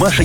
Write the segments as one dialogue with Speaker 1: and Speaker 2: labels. Speaker 1: Маша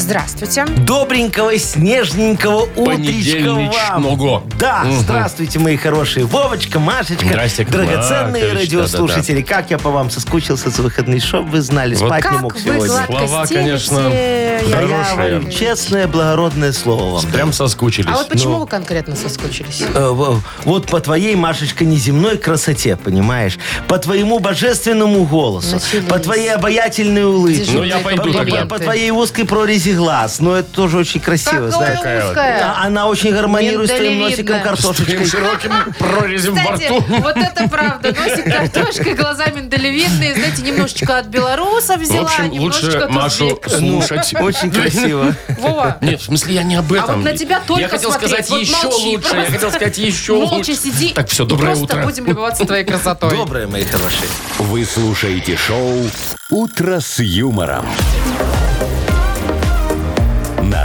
Speaker 2: Здравствуйте.
Speaker 3: Добренького, снежненького утречка вам.
Speaker 4: Понедельничного.
Speaker 3: Да,
Speaker 4: Мгм.
Speaker 3: здравствуйте, мои хорошие. Вовочка, Машечка,
Speaker 4: Здрасте, Яков
Speaker 3: драгоценные
Speaker 4: Маркович,
Speaker 3: радиослушатели. Как я по вам соскучился за выходные, чтоб вы знали,
Speaker 4: Вот
Speaker 3: спать не
Speaker 2: Как
Speaker 3: мог
Speaker 2: вы
Speaker 3: сегодня.
Speaker 2: гладко
Speaker 4: Слова,
Speaker 2: стелите,
Speaker 4: конечно,
Speaker 2: Яков
Speaker 3: Да я
Speaker 4: хорошие.
Speaker 2: Маркович.
Speaker 3: говорю, честное, благородное слово вам.
Speaker 4: Прям соскучились.
Speaker 2: А вот почему
Speaker 4: Ну,
Speaker 2: вы конкретно соскучились?
Speaker 3: Э, во- Вот по твоей, Машечка, неземной красоте, понимаешь? По твоему божественному голосу,
Speaker 2: Начались.
Speaker 3: по твоей обаятельной улыбке.
Speaker 4: Ну, я пойду
Speaker 3: По, по-
Speaker 4: тогда.
Speaker 3: по твоей узкой прорези глаз. Ну, это тоже очень
Speaker 2: Какая
Speaker 3: красиво, знаешь.
Speaker 4: Какая
Speaker 2: узкая.
Speaker 3: А- Она очень гармонирует с твоим
Speaker 2: Миндалевидная.
Speaker 3: носиком картошечкой.
Speaker 4: Таким широким прорезем во
Speaker 2: Кстати,
Speaker 4: рту.
Speaker 2: вот это правда. Носик картошкой, глаза миндалевидные. Знаете, немножечко от белоруса
Speaker 4: В
Speaker 2: взяла,
Speaker 4: общем,
Speaker 2: немножечко
Speaker 4: лучше
Speaker 2: от
Speaker 4: Машу
Speaker 2: узбека.
Speaker 4: слушать.
Speaker 3: Очень красиво.
Speaker 2: Вова,
Speaker 4: Нет, в смысле, я не об
Speaker 2: а
Speaker 4: этом.
Speaker 2: вот на тебя только
Speaker 4: Я хотел
Speaker 2: смотреть.
Speaker 4: сказать
Speaker 2: Вот
Speaker 4: еще
Speaker 2: молчи
Speaker 4: лучше. Я
Speaker 2: просто.
Speaker 4: хотел сказать еще
Speaker 2: молча
Speaker 4: лучше.
Speaker 2: сиди
Speaker 4: Так, все,
Speaker 2: и
Speaker 4: доброе
Speaker 2: просто
Speaker 4: утро.
Speaker 2: будем любоваться твоей красотой.
Speaker 3: Добрые мои хорошие.
Speaker 1: Вы слушаете шоу «Утро с юмором». На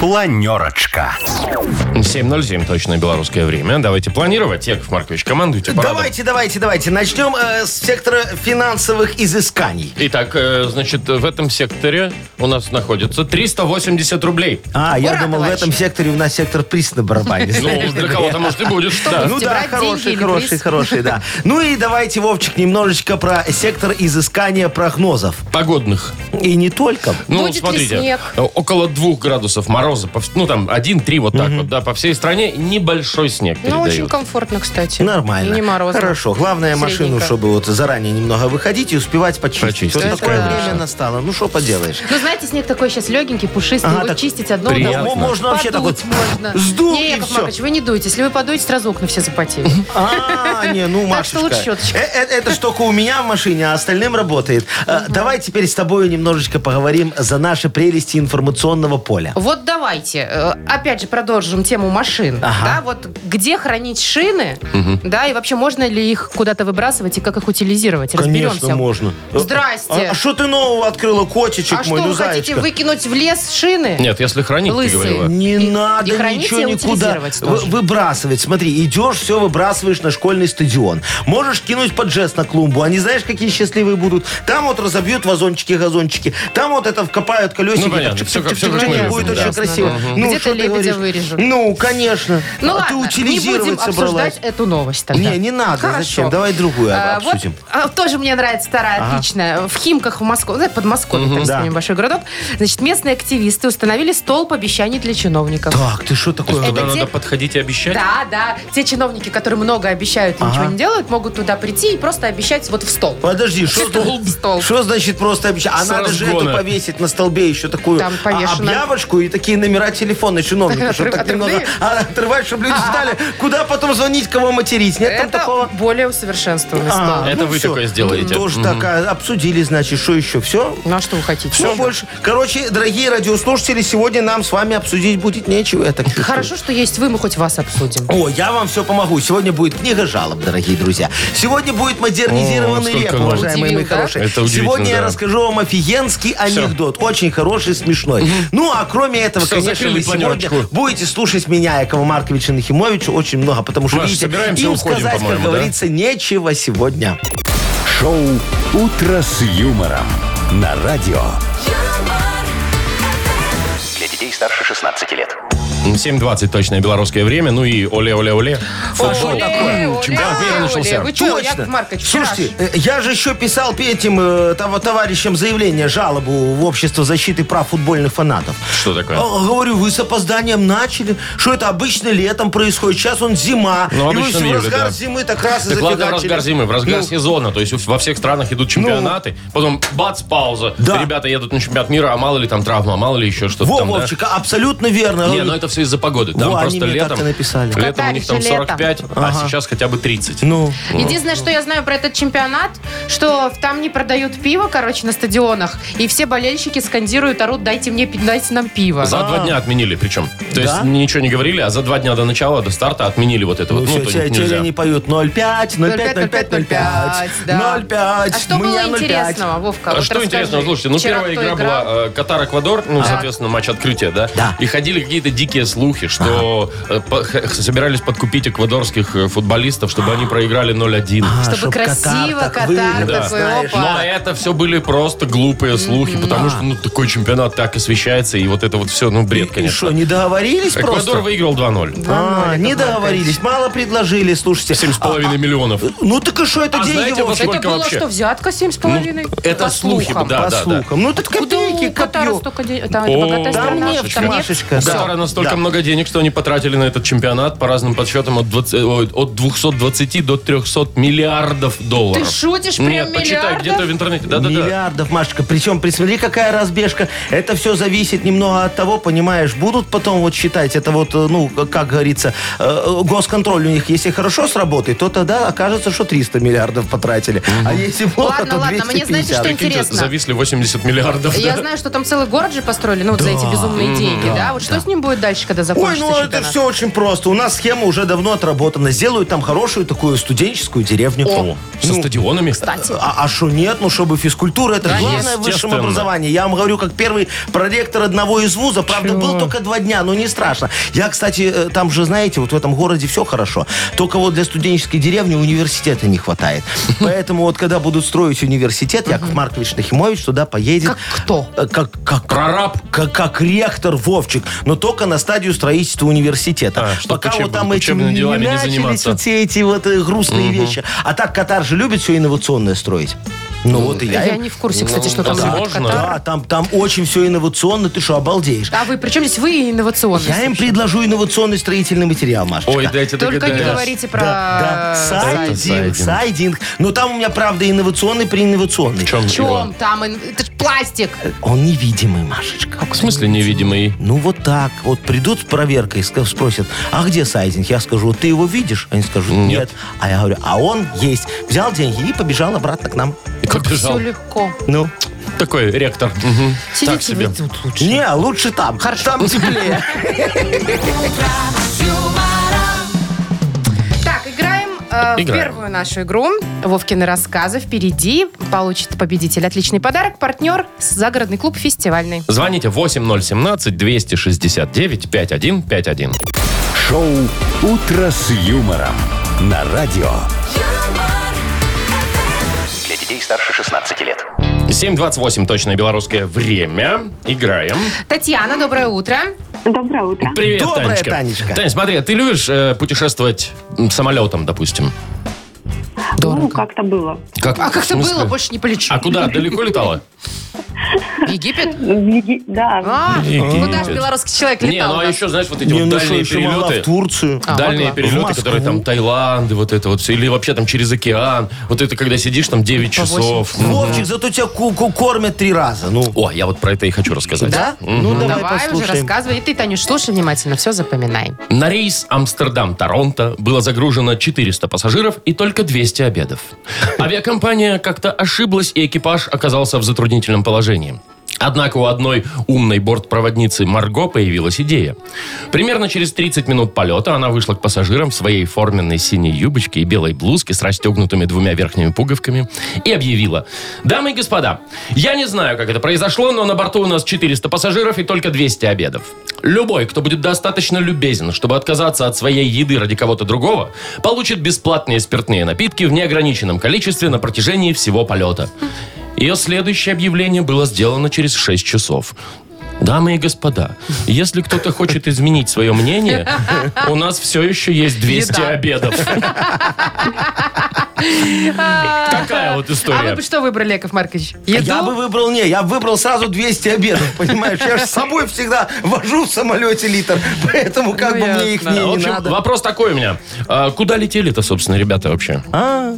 Speaker 1: Планерочка.
Speaker 4: 7.07 точное белорусское время. Давайте планировать. Яков Маркович, командуйте. парадом.
Speaker 3: Давайте, давайте, давайте. Начнем э, с сектора финансовых изысканий.
Speaker 4: Итак, э, значит, в этом секторе у нас находится 380 рублей.
Speaker 3: А, я
Speaker 2: Ура,
Speaker 3: думал, в
Speaker 2: товарищи.
Speaker 3: этом секторе у нас сектор приз на барабане.
Speaker 4: Ну,
Speaker 3: знаешь,
Speaker 4: для кого-то, может, и будет. Да.
Speaker 3: Ну да,
Speaker 2: брать деньги
Speaker 3: хороший,
Speaker 2: или
Speaker 3: хороший,
Speaker 2: приз?
Speaker 3: хороший, да. Ну и давайте, Вовчик, немножечко про сектор изыскания прогнозов.
Speaker 4: Погодных.
Speaker 3: И не только.
Speaker 4: Ну,
Speaker 2: Будет ли
Speaker 4: смотрите,
Speaker 2: снег?
Speaker 4: э, около двух градусов мороза, по вс- ну там 1-3 вот так вот, да, по всей стране небольшой снег
Speaker 2: Ну,
Speaker 4: передают.
Speaker 2: очень комфортно, кстати.
Speaker 3: Э, Нормально.
Speaker 2: И не морозно.
Speaker 3: Хорошо. Главное машину,
Speaker 2: Средненько.
Speaker 3: чтобы вот заранее немного выходить и успевать почистить.
Speaker 4: Почистить,
Speaker 3: Вот такое
Speaker 4: конечно.
Speaker 3: время настало. Ну что поделаешь.
Speaker 2: Ну, знаете, снег такой сейчас легенький, пушистый.
Speaker 3: Ага,
Speaker 2: его
Speaker 3: так
Speaker 2: чистить одно
Speaker 4: приятно.
Speaker 3: М-
Speaker 2: удовольствие.
Speaker 3: Можно вообще так вот
Speaker 2: Подуть можно.
Speaker 3: сдул
Speaker 2: Не,
Speaker 3: и
Speaker 2: Яков
Speaker 3: всё.
Speaker 2: Маркович, вы не дуете. Если вы подуете, сразу окна все запотеют.
Speaker 3: А, не, ну,
Speaker 2: Так что
Speaker 3: Машечка.
Speaker 2: лучше щеточка.
Speaker 3: э, э, Это ж только у меня в машине, а остальным работает. Э, Давай теперь с тобой немножечко поговорим за наши прелести информационного поля.
Speaker 2: Вот давайте, э, опять же, продолжим тему машин.
Speaker 3: Ага.
Speaker 2: Да, вот где хранить шины, да, и вообще можно ли их куда-то выбрасывать и как их утилизировать? Разберемся.
Speaker 3: Конечно, можно.
Speaker 2: Здрасте.
Speaker 3: А что ты нового открыла, котичек
Speaker 2: А что,
Speaker 3: мой, ну,
Speaker 2: вы хотите
Speaker 3: зайчка?
Speaker 2: выкинуть в лес шины?
Speaker 4: Нет, если хранить, ты
Speaker 2: Лысый.
Speaker 4: говорила.
Speaker 3: Не
Speaker 2: И-
Speaker 3: надо
Speaker 2: и хранить,
Speaker 3: ничего
Speaker 2: и
Speaker 3: никуда
Speaker 2: утилизировать
Speaker 3: вы-
Speaker 2: тоже.
Speaker 3: выбрасывать. Смотри, идешь, все выбрасываешь на школьный стадион. Можешь кинуть под жест на клумбу. Они знаешь, какие счастливые будут. Там вот разобьют вазончики, газончики. Там вот это вкопают колесики.
Speaker 4: Ну, понятно.
Speaker 3: Так
Speaker 4: Всё как- всё как
Speaker 3: чик-чик-чик-чик,
Speaker 4: мы
Speaker 3: Будет
Speaker 4: любим,
Speaker 2: да.
Speaker 3: очень красиво.
Speaker 2: Мгм.
Speaker 3: Ну,
Speaker 2: Где-то
Speaker 3: что ты
Speaker 2: лебедя
Speaker 3: говоришь?
Speaker 2: вырежут.
Speaker 3: Ну, конечно.
Speaker 2: Ну
Speaker 3: а ты
Speaker 2: ладно, не будем
Speaker 3: утилизировать собралась.
Speaker 2: обсуждать эту новость тогда.
Speaker 3: Не, не надо.
Speaker 2: Хорошо.
Speaker 3: Зачем? Давай другую
Speaker 2: А, вот,
Speaker 3: обсудим.
Speaker 2: а, тоже мне нравится старая, отличная. В Химках, в Москве, ну, знаете, Подмосковье, так
Speaker 3: Да.
Speaker 2: сказать, небольшой городок. Значит, местные активисты установили столб обещаний для чиновников.
Speaker 3: Так, ты что такое?
Speaker 4: Туда
Speaker 2: Это
Speaker 4: надо
Speaker 2: те-
Speaker 4: подходить и обещать.
Speaker 2: Да, да. Те чиновники, которые много обещают и ничего не делают, могут туда прийти и просто обещать вот в стол.
Speaker 3: Подожди, что
Speaker 2: Столб, столб.
Speaker 3: Что значит просто обещать? А
Speaker 4: С
Speaker 3: надо же эту
Speaker 4: разгона.
Speaker 3: повесить на столбе еще такую
Speaker 2: Там
Speaker 3: а,
Speaker 2: повешено.
Speaker 3: объявочку и такие номера телефона чиновника, чтобы так
Speaker 2: Отрывные?
Speaker 3: немного а, отрывать, чтобы люди знали, куда потом звонить, кого материть. Нет там
Speaker 2: Это
Speaker 3: такого?
Speaker 2: более усовершенствованный
Speaker 3: А,
Speaker 2: стол.
Speaker 4: Это вы
Speaker 3: всё.
Speaker 4: такое сделаете.
Speaker 3: Тоже
Speaker 4: Мгм.
Speaker 3: такая. Обсудили, значит, что еще? Все?
Speaker 2: Ну а что вы хотите?
Speaker 3: Все больше. Короче, дорогие радиослушатели, сегодня нам с вами обсудить будет нечего. Я так чувствую.
Speaker 2: Хорошо, что есть вы, мы хоть вас обсудим.
Speaker 3: О, я вам все помогу. Сегодня будет книга жалоб, дорогие друзья. Сегодня будет
Speaker 4: О,
Speaker 3: модернизированный
Speaker 4: сколько
Speaker 3: век,
Speaker 4: нового.
Speaker 3: уважаемые мои
Speaker 2: Удивил, да?
Speaker 3: хорошие.
Speaker 4: Это удивительно,
Speaker 3: Сегодня я
Speaker 4: да.
Speaker 3: расскажу вам офигенский анекдот. Очень хороший, смешной. Ну, а кроме этого,
Speaker 4: Всё,
Speaker 3: конечно,
Speaker 4: закрыли
Speaker 3: вы сегодня
Speaker 4: планерочку.
Speaker 3: будете слушать меня, Якова Марковича Нахимовича, очень много, потому что,
Speaker 4: Маш,
Speaker 3: видите,
Speaker 4: собираемся,
Speaker 3: им
Speaker 4: уходим,
Speaker 3: сказать, как
Speaker 4: по-моему, да?
Speaker 3: говорится, нечего сегодня.
Speaker 1: Шоу «Утро с юмором» на радио. Для детей старше 16 лет.
Speaker 4: 7.20 точное белорусское время. Ну и оле-оле-оле. Футбол.
Speaker 2: Оле,
Speaker 4: М,
Speaker 2: оле,
Speaker 4: Чемпионат мира
Speaker 2: Э, оле.
Speaker 4: начался.
Speaker 2: Вы что, Яков Маркович, вчера
Speaker 3: Слушайте, э, я же еще писал п- этим э, того- товарищам заявление, жалобу в Общество защиты прав футбольных фанатов.
Speaker 4: Что такое?
Speaker 3: А, Говорю, вы с опозданием начали. Что это обычно летом происходит? Сейчас он зима.
Speaker 4: Ну,
Speaker 3: и вы
Speaker 4: обычно
Speaker 3: в
Speaker 4: на юге,
Speaker 3: разгар
Speaker 4: да.
Speaker 3: зимы так раз и
Speaker 4: Так ладно, в разгар
Speaker 3: зафигачили.
Speaker 4: зимы, в разгар
Speaker 3: Ну.
Speaker 4: сезона. То есть у- во всех странах идут чемпионаты, потом бац, пауза.
Speaker 3: Да.
Speaker 4: Ребята едут на чемпионат мира, а мало ли там травма, а мало ли еще что-то
Speaker 3: Во,
Speaker 4: там, да?
Speaker 3: Вовчик, абсолютно верно.
Speaker 4: Не,
Speaker 3: Говорю,
Speaker 4: ну это вернется из-за погоды. Там
Speaker 3: Во, они
Speaker 4: просто
Speaker 3: мне так
Speaker 4: летом,
Speaker 3: и написали.
Speaker 4: летом у них там
Speaker 2: Катарище летом.
Speaker 4: 45, а
Speaker 3: Ага.
Speaker 4: сейчас хотя бы 30.
Speaker 3: Ну,
Speaker 2: Единственное, что я знаю про этот чемпионат, что там не продают пиво, короче, на стадионах, и все болельщики скандируют, орут, дайте мне, пи- дайте нам пиво.
Speaker 4: За два дня отменили причем. То есть
Speaker 3: а. Да?
Speaker 4: ничего не говорили, а за два дня до начала, до старта отменили вот это
Speaker 3: ну,
Speaker 4: вот.
Speaker 3: все,
Speaker 4: то
Speaker 3: те-
Speaker 4: нельзя.
Speaker 3: теперь они поют 0,5, 0,5, 0,5, 0,5, 0,5,
Speaker 2: А что
Speaker 3: мне
Speaker 2: было
Speaker 3: 0,5.
Speaker 2: интересного, Вовка?
Speaker 4: А
Speaker 2: Вот
Speaker 4: что
Speaker 2: расскажи.
Speaker 4: интересно, слушайте, ну
Speaker 2: Вчера
Speaker 4: первая
Speaker 2: кто
Speaker 4: игра
Speaker 2: играл?
Speaker 4: была э, Катар-Эквадор, ну, соответственно, матч открытия, да?
Speaker 3: Да.
Speaker 4: И ходили какие-то дикие слухи, что э, по- х- собирались подкупить эквадорских э, футболистов, чтобы они проиграли 0-1.
Speaker 3: А,
Speaker 2: Чтобы
Speaker 3: чтоб
Speaker 2: красиво
Speaker 3: так
Speaker 2: Катар
Speaker 3: выиграл,
Speaker 2: такой,
Speaker 3: знаешь.
Speaker 2: опа.
Speaker 4: Но это все были просто глупые слухи, потому что ну, такой чемпионат так освещается, и вот это вот все, ну, бред,
Speaker 3: И что,
Speaker 4: конечно.
Speaker 3: не договорились
Speaker 4: Эквадор
Speaker 3: просто?
Speaker 4: выиграл 2-0.
Speaker 3: А, не договорились, мало предложили, слушайте.
Speaker 4: 7,5 миллионов.
Speaker 3: Ну так и что, это
Speaker 4: А
Speaker 3: деньги,
Speaker 4: знаете,
Speaker 3: Вовчик?
Speaker 4: вот
Speaker 2: Это
Speaker 4: Сколько
Speaker 2: было
Speaker 4: вообще? Ну,
Speaker 2: что, взятка 7,5?
Speaker 4: Это
Speaker 2: По
Speaker 4: слухи,
Speaker 2: слухам.
Speaker 4: да.
Speaker 3: по слухам. Ну тут
Speaker 2: Куда
Speaker 3: копейки
Speaker 2: у Катара
Speaker 3: копью.
Speaker 2: столько денег? Там это
Speaker 4: О,
Speaker 2: богатая
Speaker 4: да
Speaker 2: страна.
Speaker 4: мне,
Speaker 2: там нет-
Speaker 3: Машечка,
Speaker 4: У
Speaker 3: да.
Speaker 4: Катара настолько
Speaker 3: Да.
Speaker 4: много денег, что они потратили на этот чемпионат по разным подсчетам от, 20, ой, от 220 до 300 миллиардов долларов.
Speaker 2: Ты шутишь, прям
Speaker 4: Нет, почитай
Speaker 2: миллиардов?
Speaker 4: где-то в интернете. Да-да-да.
Speaker 3: Миллиардов, Машечка. Причем, присмотри, какая разбежка. Это все зависит немного от того, понимаешь, будут потом вот считать, это вот, э, ну, к- как говорится, э, госконтроль у них, если хорошо сработает, то тогда окажется, что 300 миллиардов потратили. А если плохо,
Speaker 2: Ладно,
Speaker 3: то
Speaker 2: ладно, мне знаете, что
Speaker 3: 250.
Speaker 4: Прикиньте,
Speaker 2: интересно?
Speaker 4: зависли 80 миллиардов.
Speaker 2: Я
Speaker 4: да.
Speaker 2: знаю, что там целый город же построили, ну вот за эти безумные деньги, да? Вот что с ним будет дальше, когда
Speaker 3: Ой,
Speaker 2: закончится
Speaker 3: ну это
Speaker 2: чемпионат?
Speaker 3: все очень просто. У нас схема уже давно отработана. Сделают там хорошую такую студенческую деревню.
Speaker 4: О,
Speaker 3: Ну,
Speaker 4: со стадионами.
Speaker 2: Ну, Кстати.
Speaker 3: А что нет? Ну, чтобы физкультура, это же
Speaker 4: Да,
Speaker 3: главное в высшем
Speaker 4: естественно.
Speaker 3: образовании. Я вам говорю, как первый проректор одного из вуза. Правда, был только два дня, но не страшно. Я, кстати, э, там же, знаете, вот в этом городе все хорошо. Только вот для студенческой деревни университета не хватает. Поэтому вот когда будут строить университет, Яков Маркович Нахимович туда поедет.
Speaker 2: Как кто?
Speaker 3: Э, Как, как,
Speaker 4: Прораб.
Speaker 3: Как, как ректор Вовчик, но только на стадию строительства университета.
Speaker 4: А, чтоб
Speaker 3: Пока
Speaker 4: учеб-
Speaker 3: вот там
Speaker 4: учебными
Speaker 3: этим не
Speaker 4: делами не
Speaker 3: начались
Speaker 4: заниматься.
Speaker 3: вот все эти вот э, грустные вещи. А так Катар же любит все инновационное строить. Ну вот и я.
Speaker 2: Я
Speaker 3: им-
Speaker 2: не в курсе, кстати,
Speaker 4: Ну,
Speaker 2: что там будет
Speaker 4: возможно.
Speaker 2: Катар.
Speaker 3: Да, там, там очень все инновационно, ты что, обалдеешь.
Speaker 2: А вы, причем здесь вы и инновационность?
Speaker 3: Я им предложу инновационный строительный материал, Машечка.
Speaker 4: Ой, дайте
Speaker 2: Только не
Speaker 4: догадаюсь.
Speaker 2: говорите про...
Speaker 3: Да, да.
Speaker 4: сайдинг.
Speaker 3: Сайдинг, сайдинг. Но там у меня, правда, инновационный при инновационный.
Speaker 4: В чем
Speaker 2: В
Speaker 4: его?
Speaker 2: чем там? ин- Это ж пластик.
Speaker 3: Он невидимый, Машечка.
Speaker 4: В смысле невидимый?
Speaker 3: Ну вот так. Вот придут с проверкой, ска- спросят, а где сайдинг? Я скажу, ты его видишь? Они скажут, нет. А я говорю, а он есть. Взял деньги и побежал обратно к нам.
Speaker 4: Побежал.
Speaker 2: Все легко.
Speaker 3: Ну,
Speaker 4: Такой ректор. Мгм. Так
Speaker 2: Сидите
Speaker 4: себе.
Speaker 2: вы тут лучше.
Speaker 3: не, лучше там.
Speaker 2: Хорошо.
Speaker 3: Там теплее.
Speaker 2: Так, играем, э, в
Speaker 4: Играем.
Speaker 2: первую нашу игру. Вовкины рассказы впереди. Получит победитель отличный подарок. Партнер – загородный клуб «Фестивальный».
Speaker 4: Звоните 8017-269-5151.
Speaker 1: Шоу «Утро с юмором» на радио.
Speaker 5: Для детей старше 16 лет.
Speaker 4: 7.28 точное белорусское время. Играем.
Speaker 2: Татьяна, доброе утро.
Speaker 6: Доброе утро.
Speaker 4: Привет,
Speaker 3: Доброе,
Speaker 4: Танечка.
Speaker 3: Танечка.
Speaker 4: Тань, смотри, а ты любишь э, путешествовать м, самолетом, допустим?
Speaker 6: Ну, как-то было.
Speaker 4: Как,
Speaker 2: А
Speaker 4: в
Speaker 2: как-то
Speaker 4: смысле?
Speaker 2: было, больше не полечу.
Speaker 4: А куда? Далеко летала?
Speaker 2: Египет?
Speaker 6: В Еги- Да.
Speaker 2: А,
Speaker 4: Египет.
Speaker 2: куда же белорусский человек
Speaker 4: Не,
Speaker 2: летал?
Speaker 4: ну а еще, знаешь, вот эти
Speaker 3: Не,
Speaker 4: вот
Speaker 3: ну что,
Speaker 4: дальние
Speaker 3: еще могла в
Speaker 4: перелеты.
Speaker 3: Турцию.
Speaker 2: А,
Speaker 4: Дальние
Speaker 2: могла.
Speaker 3: В
Speaker 4: перелеты,
Speaker 3: Москву.
Speaker 4: которые там Таиланд, и вот это вот все, или вообще там через океан. Вот это когда сидишь там 9 часов. Мгм.
Speaker 3: Вовчик, зато тебя ку- ку- кормят три раза. Ну,
Speaker 4: О, я вот про это и хочу рассказать.
Speaker 3: да? Ну,
Speaker 2: Давай,
Speaker 3: давай
Speaker 2: уже
Speaker 3: послушаем.
Speaker 2: рассказывай. И ты, Танюш, слушай внимательно, все запоминай.
Speaker 4: На рейс Амстердам-Торонто было загружено 400 пассажиров и только 200 обедов. Авиакомпания как-то ошиблась, и экипаж оказался в затруднительном положении. Однако у одной умной бортпроводницы Марго появилась идея. Примерно через 30 минут полета она вышла к пассажирам в своей форменной синей юбочке и белой блузке с расстегнутыми двумя верхними пуговками и объявила. «Дамы и господа, я не знаю, как это произошло, но на борту у нас 400 пассажиров и только 200 обедов. Любой, кто будет достаточно любезен, чтобы отказаться от своей еды ради кого-то другого, получит бесплатные спиртные напитки в неограниченном количестве на протяжении всего полета. Ее следующее объявление было сделано через 6 часов. Дамы и господа, если кто-то хочет изменить свое мнение, у нас все еще есть 200
Speaker 2: Еда.
Speaker 4: обедов. Такая вот
Speaker 2: А вы
Speaker 4: история. А
Speaker 2: бы что выбрали, Яков Маркович? Еду?
Speaker 3: Я бы выбрал, не, я бы выбрал сразу 200 обедов, понимаешь? Я же с собой всегда вожу в самолете литр, поэтому как
Speaker 2: Ну,
Speaker 3: бы мне их
Speaker 2: ясно.
Speaker 3: не,
Speaker 4: В
Speaker 3: не
Speaker 4: общем,
Speaker 3: надо.
Speaker 4: вопрос такой у меня. А, Куда летели-то, собственно, ребята вообще?
Speaker 3: А,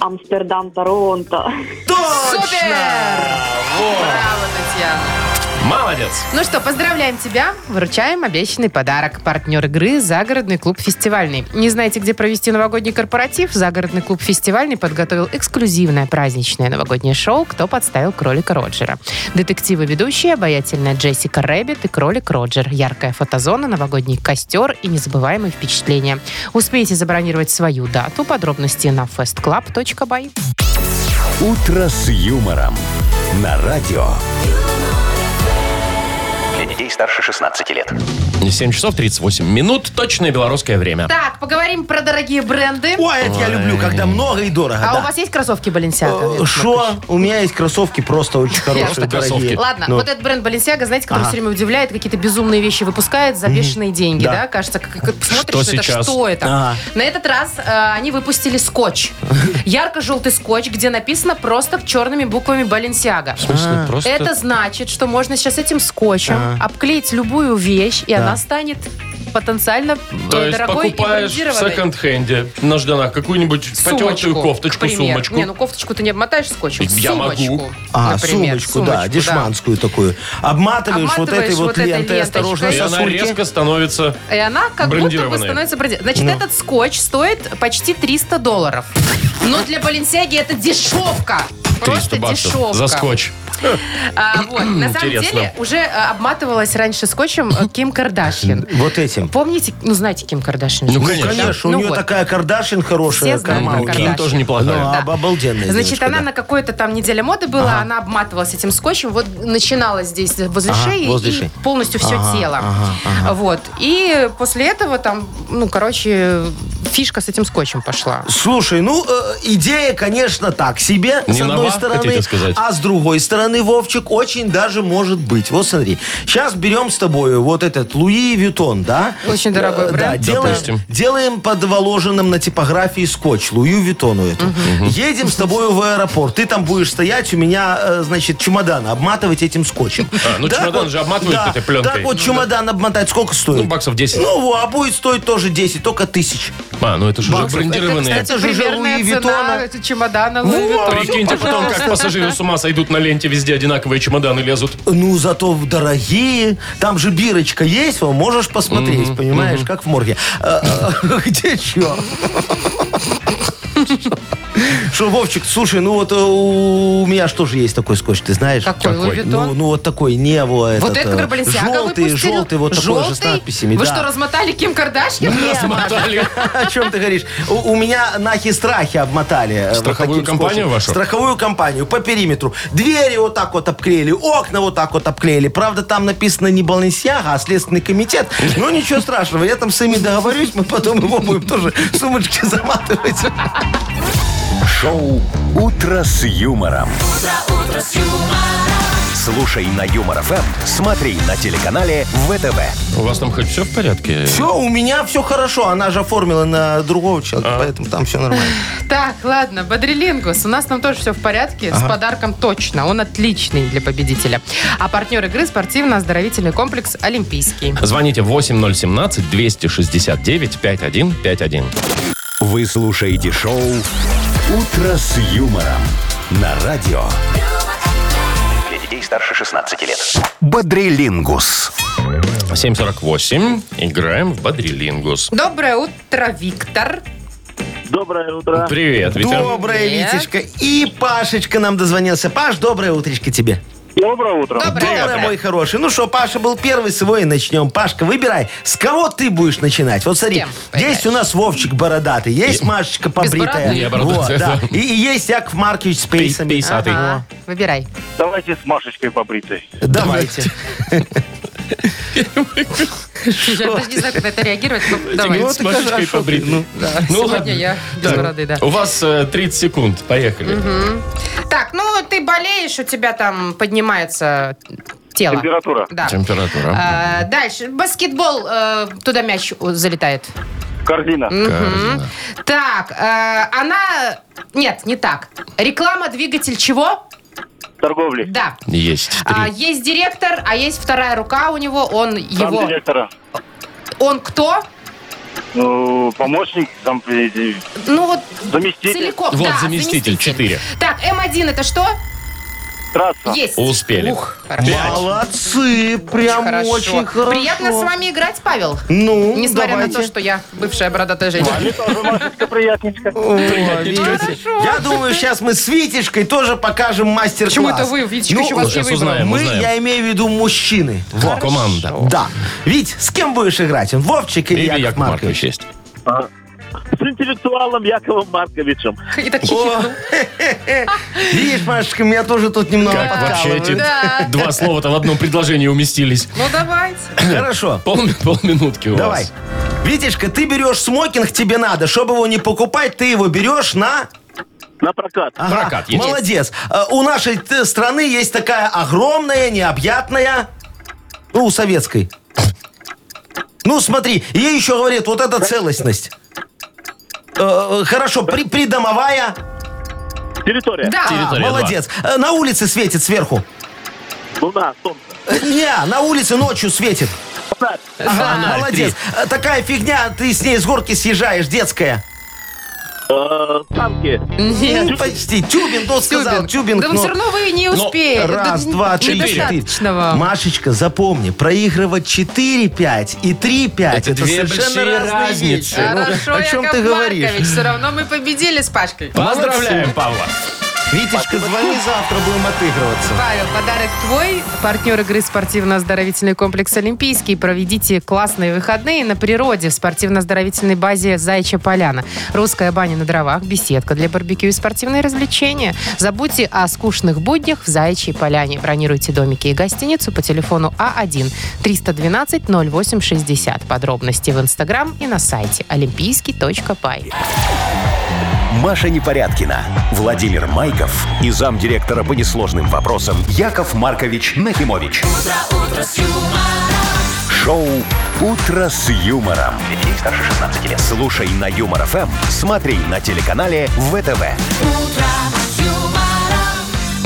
Speaker 6: Амстердам, Торонто.
Speaker 3: точно!
Speaker 2: Супер! Браво, Татьяна.
Speaker 4: Молодец.
Speaker 2: Ну что, поздравляем тебя. Вручаем обещанный подарок. Партнер игры «Загородный клуб фестивальный». Не знаете, где провести новогодний корпоратив? «Загородный клуб фестивальный» подготовил эксклюзивное праздничное новогоднее шоу «Кто подставил кролика Роджера». Детективы-ведущие, обаятельная Джессика Рэббит и кролик Роджер. Яркая фотозона, новогодний костер и незабываемые впечатления. Успейте забронировать свою дату. Подробности на festclub.by.
Speaker 1: «Утро с юмором» на радио.
Speaker 5: Для детей старше 16 лет.
Speaker 4: 7 часов 38 минут. Точное белорусское время.
Speaker 2: Так, поговорим про дорогие бренды.
Speaker 3: Ой, это я люблю, когда много и дорого.
Speaker 2: А
Speaker 3: да.
Speaker 2: у вас есть кроссовки Balenciaga?
Speaker 3: Э, Шо? У меня есть кроссовки просто очень хорошие,
Speaker 4: Просто
Speaker 3: дорогие.
Speaker 4: кроссовки.
Speaker 2: Ладно,
Speaker 3: Ну.
Speaker 2: вот этот бренд Balenciaga, знаете, который
Speaker 3: Ага.
Speaker 2: все время удивляет, какие-то безумные вещи выпускает за бешеные деньги, да?
Speaker 3: Да.
Speaker 2: Кажется, как, как смотришь,
Speaker 4: Что
Speaker 2: это
Speaker 4: сейчас?
Speaker 2: что это?
Speaker 3: Ага.
Speaker 2: На этот раз э, они выпустили скотч. Ярко-желтый скотч, где написано просто черными буквами Balenciaga.
Speaker 4: В смысле, просто...
Speaker 2: А, Это значит, что можно сейчас этим скотчем обклеить любую вещь, и она станет потенциально э,
Speaker 4: То есть
Speaker 2: дорогой и
Speaker 4: покупаешь в
Speaker 2: брендированной.
Speaker 4: секонд-хенде на жданах какую-нибудь потертую
Speaker 2: Сумочку, к
Speaker 4: кофточку,
Speaker 2: примеру.
Speaker 4: сумочку.
Speaker 2: Не, ну кофточку ты не обмотаешь скотчем.
Speaker 4: Я могу.
Speaker 2: сумочку,
Speaker 3: А,
Speaker 2: например,
Speaker 3: сумочку, да, дешманскую такую. Обматываешь, вот
Speaker 2: Обматываешь
Speaker 3: этой
Speaker 2: вот
Speaker 3: вот
Speaker 2: этой
Speaker 3: лентой,
Speaker 2: ленточкой.
Speaker 3: осторожно
Speaker 4: И она
Speaker 3: сосульки.
Speaker 4: резко становится...
Speaker 2: И она как будто бы
Speaker 4: Брендированная.
Speaker 2: становится бренди- Значит,
Speaker 3: Ну.
Speaker 2: этот скотч стоит почти 300 долларов. Но для Баленсиаги это дешевка.
Speaker 4: 300
Speaker 2: Просто
Speaker 4: баксов
Speaker 2: дешевка.
Speaker 4: за скотч.
Speaker 2: А, вот. На самом
Speaker 4: Интересно.
Speaker 2: деле уже э, обматывалась раньше скотчем э, Ким Кардашьян.
Speaker 3: Вот этим.
Speaker 2: Помните, ну знаете Ким Кардашьян? же?
Speaker 4: Ну,
Speaker 3: Ну, Конечно,
Speaker 2: Ну
Speaker 3: у нее
Speaker 2: вот.
Speaker 3: такая Кардашин
Speaker 2: Все
Speaker 3: хорошая,
Speaker 2: знают
Speaker 3: карма
Speaker 2: про
Speaker 3: у неё.
Speaker 2: Кардашин.
Speaker 4: Ким тоже неплохая.
Speaker 3: Ну, об- обалденная
Speaker 2: Значит,
Speaker 3: девочка,
Speaker 2: она
Speaker 3: да.
Speaker 2: на какой-то там неделе моды была, она обматывалась этим скотчем, вот начиналась здесь возле
Speaker 3: Ага,
Speaker 2: шеи
Speaker 3: возле
Speaker 2: и
Speaker 3: шеи.
Speaker 2: полностью все
Speaker 3: Ага,
Speaker 2: тело.
Speaker 3: ага, ага.
Speaker 2: Вот. И после этого там, ну, короче, фишка с этим скотчем пошла.
Speaker 3: Слушай, ну, э, идея, конечно, так себе,
Speaker 4: Не
Speaker 3: с одной
Speaker 4: нова,
Speaker 3: стороны.
Speaker 4: хотите сказать?
Speaker 3: А с другой стороны, Вовчик, очень даже может быть. Вот смотри, сейчас берем с тобой вот этот Луи Витон, да?
Speaker 2: Очень дорогой
Speaker 3: Э, Да,
Speaker 2: бренд.
Speaker 4: Допустим.
Speaker 3: делаем, делаем под воложенным на типографии скотч Луи Витону эту. Едем с тобой в аэропорт. Ты там будешь стоять, у меня, э, значит, чемодан обматывать этим скотчем.
Speaker 4: А, ну,
Speaker 3: Так
Speaker 4: чемодан
Speaker 3: вот,
Speaker 4: же обматывают
Speaker 3: да,
Speaker 4: этой пленкой.
Speaker 3: Так вот, чемодан обмотать сколько стоит?
Speaker 4: Ну, баксов 10.
Speaker 3: Ну, во, а будет стоить тоже 10, только тысяч.
Speaker 4: А, ну это же уже
Speaker 3: Баксов.
Speaker 4: брендированные.
Speaker 3: Это же уже
Speaker 2: Примерная
Speaker 3: Луи
Speaker 2: цена
Speaker 3: Виттона.
Speaker 2: эти чемодана
Speaker 3: Ну,
Speaker 2: Луи Виттон.
Speaker 4: Прикиньте потом, как пассажиры с ума сойдут на ленте, везде одинаковые чемоданы лезут.
Speaker 3: Ну, зато в дорогие. Там же бирочка есть, во, можешь посмотреть, понимаешь, как в морге. Э, э, Где чё? Что, Вовчик, слушай, ну вот э, у меня же тоже есть такой скотч, ты знаешь?
Speaker 2: Какой Луи Виттон?
Speaker 3: Ну, ну вот такой, не вот
Speaker 2: Вот это, А который
Speaker 3: э,
Speaker 2: Balenciaga
Speaker 3: Желтый,
Speaker 2: выпустил.
Speaker 3: желтый, вот такой же с
Speaker 2: Желтый?
Speaker 3: надписями.
Speaker 2: Вы
Speaker 3: да.
Speaker 2: что, размотали Ким Кардашьян?
Speaker 4: Размотали.
Speaker 3: О чем ты говоришь? У, у меня нахи страхи обмотали. э, вот
Speaker 4: Страховую
Speaker 3: таким
Speaker 4: компанию
Speaker 3: скотчем.
Speaker 4: вашу?
Speaker 3: Страховую компанию по периметру. Двери вот так вот обклеили, окна вот так вот обклеили. Правда, там написано не Балансиага, а Следственный комитет. Но ничего страшного, я там с ними договорюсь, мы потом его будем тоже в сумочки заматывать.
Speaker 1: Шоу «Утро с юмором». Слушай на Юмор ФМ, смотри на телеканале ВТВ.
Speaker 4: У вас там хоть все в порядке?
Speaker 3: Все, у меня все хорошо. Она же оформила на другого человека,
Speaker 4: А.
Speaker 3: поэтому там все нормально.
Speaker 2: Так, ладно, Бодрилингус. У нас там тоже все в порядке. С подарком точно. Он отличный для победителя. А партнер игры спортивно-оздоровительный комплекс «Олимпийский».
Speaker 4: Звоните 8017-269-5151.
Speaker 1: Вы слушаете шоу «Утро с юмором» на радио
Speaker 5: Для детей старше 16 лет.
Speaker 1: «Бодрилингус».
Speaker 4: 748. Играем в Бодрилингус.
Speaker 2: Доброе утро, Виктор.
Speaker 7: Доброе утро.
Speaker 4: Привет, Витя.
Speaker 3: Доброе,
Speaker 2: Привет.
Speaker 3: Витечка. И Пашечка нам дозвонился. Паш, доброе утречко тебе.
Speaker 7: Доброе утро.
Speaker 2: Доброе
Speaker 3: Доброе, мой хороший. Ну что, Паша был первый, с его и начнем. Пашка, выбирай, с кого ты будешь начинать? Вот смотри,
Speaker 2: кем поиграешь?
Speaker 3: есть у нас Вовчик бородатый, есть Машечка побритая.
Speaker 2: бороды?
Speaker 4: Не, бородатая,
Speaker 3: Вот, да.
Speaker 4: да.
Speaker 3: И, и есть Яков Маркович с пейсами.
Speaker 4: Пейсатый.
Speaker 2: Ага, выбирай.
Speaker 7: Давайте с Машечкой побритой.
Speaker 3: Давайте.
Speaker 2: Я даже не знаю, как на это реагировать, но давай.
Speaker 4: С Машечкой побритой. Ну, ладно.
Speaker 2: Сегодня я без
Speaker 4: Так,
Speaker 2: бороды, да.
Speaker 4: У вас э, 30 секунд. Поехали.
Speaker 2: Так, ну ты болеешь, у тебя там поднимается тело.
Speaker 7: Температура.
Speaker 2: Да.
Speaker 4: Температура.
Speaker 2: А, дальше. Баскетбол. э, туда мяч э, залетает.
Speaker 7: Корзина.
Speaker 4: Корзина.
Speaker 2: Так, э, она... Нет, не так. Реклама, двигатель чего?
Speaker 7: Торговли.
Speaker 2: Да.
Speaker 4: Есть.
Speaker 2: А,
Speaker 4: Три.
Speaker 2: есть директор, а есть вторая рука у него. Он
Speaker 7: Зам
Speaker 2: его...
Speaker 7: директора.
Speaker 2: Он кто?
Speaker 7: Ну, помощник, там, э, э,
Speaker 2: Ну вот
Speaker 7: заместитель.
Speaker 2: целиком.
Speaker 4: Вот
Speaker 2: да, эм
Speaker 4: заместитель. Четыре.
Speaker 2: Так, М1 это что?
Speaker 7: Трасса.
Speaker 2: Есть.
Speaker 4: Успели.
Speaker 2: Ух, хорошо.
Speaker 3: Молодцы, прям
Speaker 2: Хорошо.
Speaker 3: очень хорошо.
Speaker 2: Приятно с вами играть, Павел.
Speaker 3: Ну,
Speaker 2: Несмотря
Speaker 3: давайте.
Speaker 2: на то, что я бывшая бородатая женщина.
Speaker 7: Мне тоже, Машечка, приятненько.
Speaker 3: О, видите? Я думаю, сейчас мы с Витечкой тоже покажем мастер-класс. Ну,
Speaker 2: Почему это вы, Витечка, еще
Speaker 4: вот
Speaker 2: вас не
Speaker 4: Ну, сейчас
Speaker 2: выбрал?
Speaker 4: узнаем.
Speaker 3: Мы,
Speaker 4: узнаем.
Speaker 3: я имею в виду мужчины.
Speaker 4: Во, команда.
Speaker 3: Да. Вить, с кем будешь играть? Вовчик или,
Speaker 4: Или
Speaker 3: Яков,
Speaker 4: Яков Маркович
Speaker 3: Маркович?
Speaker 4: есть.
Speaker 7: А. С интеллектуалом Яковом Марковичем.
Speaker 2: И так хихикнул.
Speaker 3: Видишь, Машечка, меня тоже тут немного
Speaker 4: Как вообще эти
Speaker 2: Ну, Да.
Speaker 4: два слова-то в одном предложении уместились?
Speaker 2: Ну, давайте.
Speaker 3: Хорошо.
Speaker 4: Пол, полминутки у
Speaker 3: Давай.
Speaker 4: вас.
Speaker 3: Витечка, ты берешь смокинг, тебе надо. Чтобы его не покупать, ты его берешь на...
Speaker 7: На прокат.
Speaker 3: Ага,
Speaker 4: Прокат есть.
Speaker 3: Молодец. Э, У нашей т- страны есть такая огромная, необъятная... Ну, у советской. Ну, смотри, ей еще говорят, вот эта целостность. Э, Хорошо, при- придомовая.
Speaker 7: Территория.
Speaker 2: Да.
Speaker 3: А,
Speaker 4: Территория
Speaker 3: молодец. Э, На улице светит сверху.
Speaker 7: Луна, солнце.
Speaker 3: Э, Не, на улице ночью светит.
Speaker 7: Фонарь.
Speaker 3: Ага, молодец. Э, Такая фигня, ты с ней с горки съезжаешь, детская.
Speaker 7: Э, Танки.
Speaker 3: Ну, Почти. Тюбинг, ну, сказал,
Speaker 2: Тюбинг.
Speaker 3: тюбинг.
Speaker 2: Да
Speaker 3: но-
Speaker 2: все равно вы не
Speaker 4: но
Speaker 2: успеете.
Speaker 3: Раз, два, три, четыре.
Speaker 2: Недостаточно вам.
Speaker 3: Машечка, запомни, проигрывать 4, 5 и 3, 5
Speaker 4: Это
Speaker 3: это,
Speaker 4: две
Speaker 3: совершенно
Speaker 4: большие
Speaker 3: разные
Speaker 4: разницы.
Speaker 3: вещи. Ну,
Speaker 2: Хорошо,
Speaker 3: о чем
Speaker 2: Яков
Speaker 3: ты говоришь?
Speaker 2: Маркович, все равно мы победили с Пашкой.
Speaker 4: Поздравляем, Павла.
Speaker 3: Витечка, звони завтра, будем отыгрываться.
Speaker 2: Павел, подарок твой. Партнер игры спортивно-оздоровительный комплекс «Олимпийский». Проведите классные выходные на природе в спортивно-оздоровительной базе «Зайчья поляна». Русская баня на дровах, беседка для барбекю и спортивные развлечения. Забудьте о скучных буднях в «Зайчьей поляне». Бронируйте домики и гостиницу по телефону А А1-312-0860. Подробности в Инстаграм и на сайте олимпийский.пай.
Speaker 1: Маша Непорядкина, Владимир Майков и замдиректора по несложным вопросам Яков Маркович Нахимович. Шоу Утро с юмором. Для детей старше 16 лет. Слушай на юмор ФМ, смотри на телеканале ВТВ.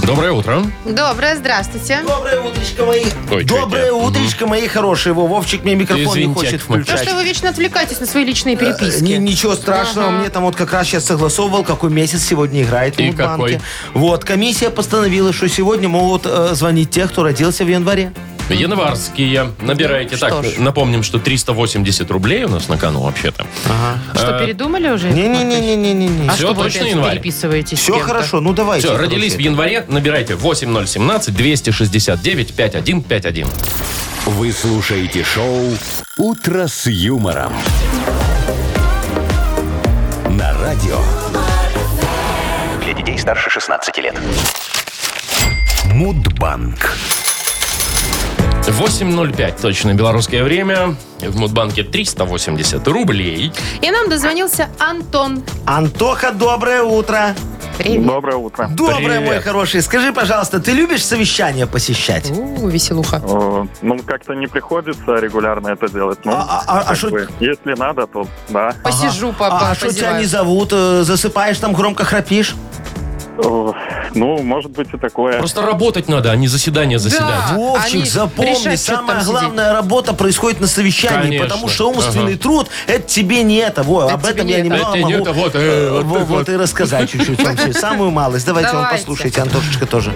Speaker 4: Доброе утро.
Speaker 2: Доброе, здравствуйте. Ну
Speaker 3: Доброе утречко, мои.
Speaker 4: Ой, чё
Speaker 3: Доброе
Speaker 4: это?
Speaker 3: утречко, мои хорошие. Во, Вовчик мне микрофон
Speaker 4: Извините,
Speaker 3: не хочет
Speaker 4: Яков Маркович.
Speaker 2: Ну
Speaker 3: включать.
Speaker 2: что вы вечно отвлекаетесь на свои личные переписки?
Speaker 3: Э, Ни- ничего страшного, мне там вот как раз сейчас согласовывал, какой месяц сегодня играет в
Speaker 4: И
Speaker 3: Мудбанке.
Speaker 4: какой?
Speaker 3: Вот, комиссия постановила, что сегодня могут э, звонить тех, кто родился в январе.
Speaker 4: Январские. Набирайте.
Speaker 2: Ну Что
Speaker 4: так,
Speaker 2: ж.
Speaker 4: напомним, что 380 рублей у нас на кону вообще-то.
Speaker 2: Что, передумали уже?
Speaker 3: Не-не-не-не-не-не.
Speaker 2: А
Speaker 4: Всё,
Speaker 2: что вы
Speaker 4: точно
Speaker 2: опять
Speaker 4: январь?
Speaker 2: переписываетесь? с
Speaker 3: Все
Speaker 2: кем-то?
Speaker 3: хорошо, ну давайте.
Speaker 4: Все, родились в
Speaker 3: короче.
Speaker 4: январе, набирайте 8017 269 5151.
Speaker 1: Вы слушаете шоу Утро с юмором. На радио
Speaker 5: Для детей старше 16 лет.
Speaker 1: Мудбанк.
Speaker 4: 8.05, точно белорусское время. В Мудбанке 380 рублей.
Speaker 2: И нам дозвонился Антон.
Speaker 3: Антоха, доброе утро.
Speaker 2: Привет.
Speaker 7: Доброе утро.
Speaker 3: Доброе,
Speaker 4: Привет.
Speaker 3: мой хороший. Скажи, пожалуйста, ты любишь совещания посещать?
Speaker 2: У, веселуха.
Speaker 7: Э, Ну, как-то не приходится регулярно это делать. Ну,
Speaker 3: А- а- а
Speaker 7: как
Speaker 3: шо-
Speaker 7: бы, Если надо, то да.
Speaker 2: Посижу,
Speaker 3: А
Speaker 2: папа,
Speaker 3: что тебя не зовут? Э, Засыпаешь там, громко храпишь?
Speaker 7: Э, Ну, может быть и такое.
Speaker 4: Просто работать надо, а не заседание заседать.
Speaker 2: А, они
Speaker 3: Вовчик, запомни,
Speaker 2: решают, что
Speaker 3: самая
Speaker 2: там сидеть.
Speaker 3: главная работа происходит на совещании,
Speaker 4: Конечно.
Speaker 3: потому что умственный
Speaker 4: Ага.
Speaker 3: труд – это тебе не это. Во, об
Speaker 2: тебе
Speaker 3: этом
Speaker 2: не
Speaker 3: я
Speaker 2: это.
Speaker 3: немного
Speaker 4: Это не
Speaker 3: могу
Speaker 4: это, вот, э,
Speaker 3: э,
Speaker 4: вот
Speaker 3: во-
Speaker 4: так
Speaker 3: вот
Speaker 4: вот.
Speaker 3: и рассказать чуть-чуть вам все. Самую малость. Давайте вам
Speaker 2: Давайте.
Speaker 3: послушайте, Антошечка тоже.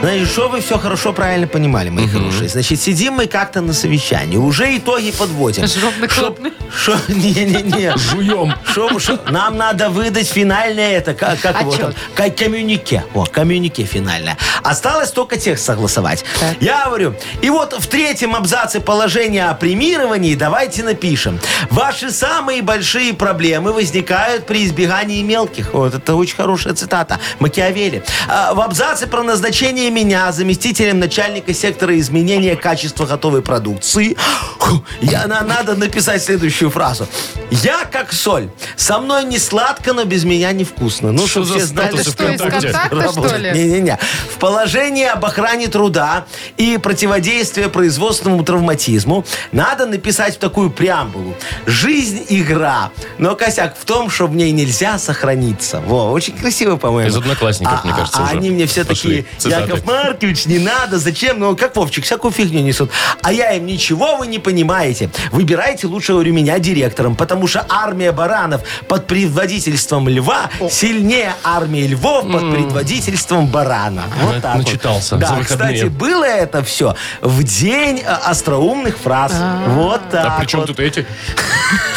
Speaker 3: Значит, Ну что вы все хорошо, правильно понимали, мои хорошие. Значит, сидим мы как-то на совещании, уже итоги подводим.
Speaker 2: Жирно-крупно.
Speaker 3: Что? Не-не-не.
Speaker 4: Жуем.
Speaker 3: Шо- шо- Нам надо выдать финальное это, как, как его там,
Speaker 2: Отчет.
Speaker 3: ка- коммюнике. О, коммюнике финальное. Осталось только текст согласовать.
Speaker 2: Так.
Speaker 3: Я говорю, и вот в третьем абзаце положения о премировании давайте напишем. Ваши самые большие проблемы возникают при избегании мелких. Вот это очень хорошая цитата. Макиавелли. А, В абзаце про назначение меня заместителем начальника сектора изменения качества готовой продукции Фу, я, на- надо написать следующую фразу. Я как соль. Со мной не сладко, но без меня невкусно. Ну,
Speaker 4: Что
Speaker 3: чтобы
Speaker 4: за
Speaker 3: все знали,
Speaker 4: статусы
Speaker 3: что
Speaker 2: Что, из
Speaker 4: ВКонтакте.
Speaker 2: контакта, что
Speaker 3: Работает.
Speaker 2: ли?
Speaker 3: Не-не-не. В положении об охране труда и противодействии производственному травматизму надо написать в такую преамбулу. Жизнь – игра, но косяк в том, что в ней нельзя сохраниться. Во, очень красиво, по-моему.
Speaker 4: Из «Одноклассников», мне кажется,
Speaker 3: а
Speaker 4: уже
Speaker 3: они мне все
Speaker 4: пошли
Speaker 3: такие,
Speaker 4: цитаты.
Speaker 3: Яков Маркович, не надо, зачем? Ну, как Вовчик, всякую фигню несут. А я им, ничего вы не понимаете. Выбирайте лучшего меня директором, потому что армия баранов под предводительством льва сильнее армии львов под предводительством барана.
Speaker 4: Ну,
Speaker 3: Вот так вот.
Speaker 4: начитался за
Speaker 3: Да,
Speaker 4: выходные.
Speaker 3: кстати, было это все в день э, остроумных фраз. Вот так.
Speaker 4: А при чем
Speaker 3: вот.
Speaker 4: тут эти?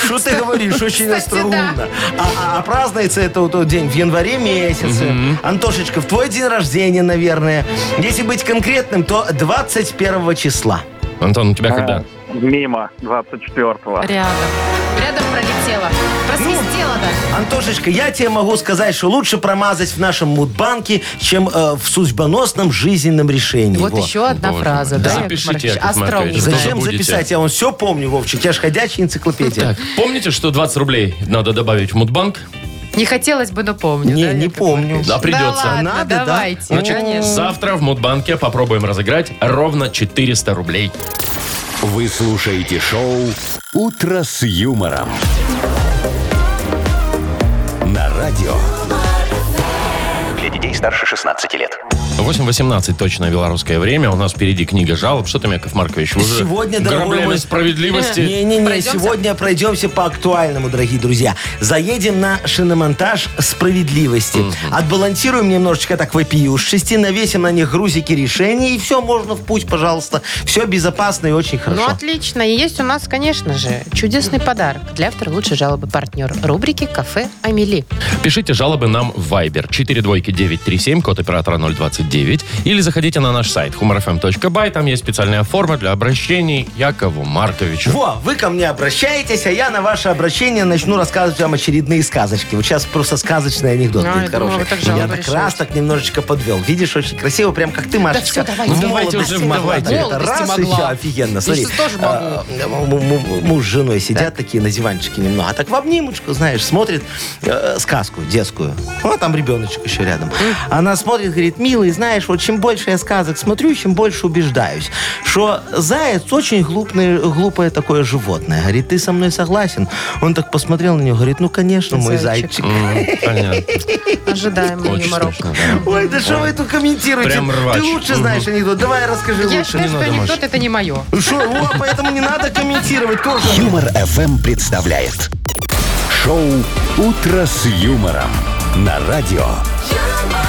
Speaker 3: Что ты говоришь? Очень
Speaker 2: Кстати, да.
Speaker 3: остроумно. А, а- а празднуется это вот тот день в январе месяце. Антошечка, в твой день рождения, наверное. Если быть конкретным, то 21 числа.
Speaker 4: Антон, у тебя
Speaker 7: А.
Speaker 4: когда?
Speaker 7: Э, Мимо 24-го.
Speaker 2: Рядом. Рядом пролетела.
Speaker 3: Ну,
Speaker 2: Просвистела даже.
Speaker 3: Антошечка, я тебе могу сказать, что лучше промазать в нашем мудбанке, чем э, в судьбоносном жизненном решении.
Speaker 2: Вот
Speaker 3: Во.
Speaker 2: еще одна
Speaker 4: Боже
Speaker 2: фраза.
Speaker 4: мой.
Speaker 2: Да,
Speaker 4: Запишите, Яков
Speaker 2: Остроумно.
Speaker 4: Маркович, что же
Speaker 3: Зачем
Speaker 4: будете? Ну
Speaker 3: записать? Я он все помню, Вовчик. Я ж ходячая энциклопедия.
Speaker 4: Так, помните, что 20 рублей надо добавить в Мудбанк?
Speaker 2: Не хотелось бы, но помню.
Speaker 3: Не,
Speaker 2: да,
Speaker 3: не
Speaker 2: Яков
Speaker 3: помню.
Speaker 4: Да, Ну, придется.
Speaker 2: ладно,
Speaker 3: Надо, да?
Speaker 2: давайте.
Speaker 4: Значит,
Speaker 2: конечно.
Speaker 4: завтра в Мудбанке попробуем разыграть ровно 400 рублей.
Speaker 1: Вы слушаете шоу «Утро с юмором». На радио.
Speaker 5: Для детей старше 16 лет.
Speaker 4: 8.18 точное белорусское время. У нас впереди книга жалоб. Что там, Яков Маркович? вы уже
Speaker 3: Сегодня, дорогой
Speaker 4: граблями
Speaker 3: мой-
Speaker 4: справедливости.
Speaker 3: Не-не-не,
Speaker 2: Пройдемся?
Speaker 3: сегодня пройдемся по актуальному, дорогие друзья. Заедем на шиномонтаж справедливости. Отбалансируем немножечко так вопиюшести, навесим на них грузики решений, и все, можно в путь, пожалуйста. Все безопасно и очень
Speaker 2: Ну,
Speaker 3: хорошо.
Speaker 2: отлично. И есть у нас, конечно же, чудесный подарок для автора лучшей жалобы партнер рубрики «Кафе Амели».
Speaker 4: Пишите жалобы нам в Viber 42937, код оператора 029. Или заходите на наш сайт humorfm.by. Там есть специальная форма для обращений Якову Марковичу.
Speaker 3: Во, вы ко мне обращаетесь, а я на ваше обращение начну рассказывать вам очередные сказочки. Вот сейчас просто сказочный анекдот
Speaker 2: А, я
Speaker 3: будет
Speaker 2: думала,
Speaker 3: хороший.
Speaker 2: вы так жалобы
Speaker 3: я так раз
Speaker 2: решаете.
Speaker 3: так немножечко подвел. Видишь, очень красиво, прям как ты, Машечка.
Speaker 2: всё, давайте.
Speaker 3: В
Speaker 4: Ну, давайте
Speaker 3: молодости
Speaker 4: уже,
Speaker 3: могла
Speaker 4: давайте.
Speaker 3: так это.
Speaker 2: В молодости
Speaker 3: Раз
Speaker 2: могла.
Speaker 3: и всё, офигенно.
Speaker 2: Я
Speaker 3: Смотри,
Speaker 2: сейчас тоже могу.
Speaker 3: а, м- м- м- муж с женой сидят такие на диванчике немного, а так в обнимочку, знаешь, смотрит э, сказку детскую. Вот там ребеночек еще рядом. Она смотрит, говорит, милый, знаешь, вот чем больше я сказок смотрю, чем больше убеждаюсь, что заяц очень глупный, глупое такое животное. Говорит, ты со мной согласен? Он так посмотрел на нее, говорит, ну, конечно, мой
Speaker 2: Зайчик.
Speaker 3: зайчик.
Speaker 4: М, Понятно.
Speaker 2: Ожидаем
Speaker 3: Ну,
Speaker 4: Очень
Speaker 2: юморок.
Speaker 4: смешно, да.
Speaker 3: Ой, да что вы тут комментируете?
Speaker 4: Прям рвач.
Speaker 3: Ты лучше
Speaker 4: Мгм.
Speaker 3: знаешь анекдот. Давай расскажи
Speaker 2: Я
Speaker 3: лучше.
Speaker 2: считаю,
Speaker 4: не
Speaker 2: что
Speaker 4: надо,
Speaker 2: анекдот
Speaker 4: Маш.
Speaker 2: это не мое.
Speaker 3: Шо, о, поэтому не надо комментировать тоже.
Speaker 1: Юмор FM представляет шоу Утро с юмором на радио.
Speaker 8: юмор,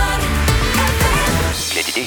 Speaker 5: Для детей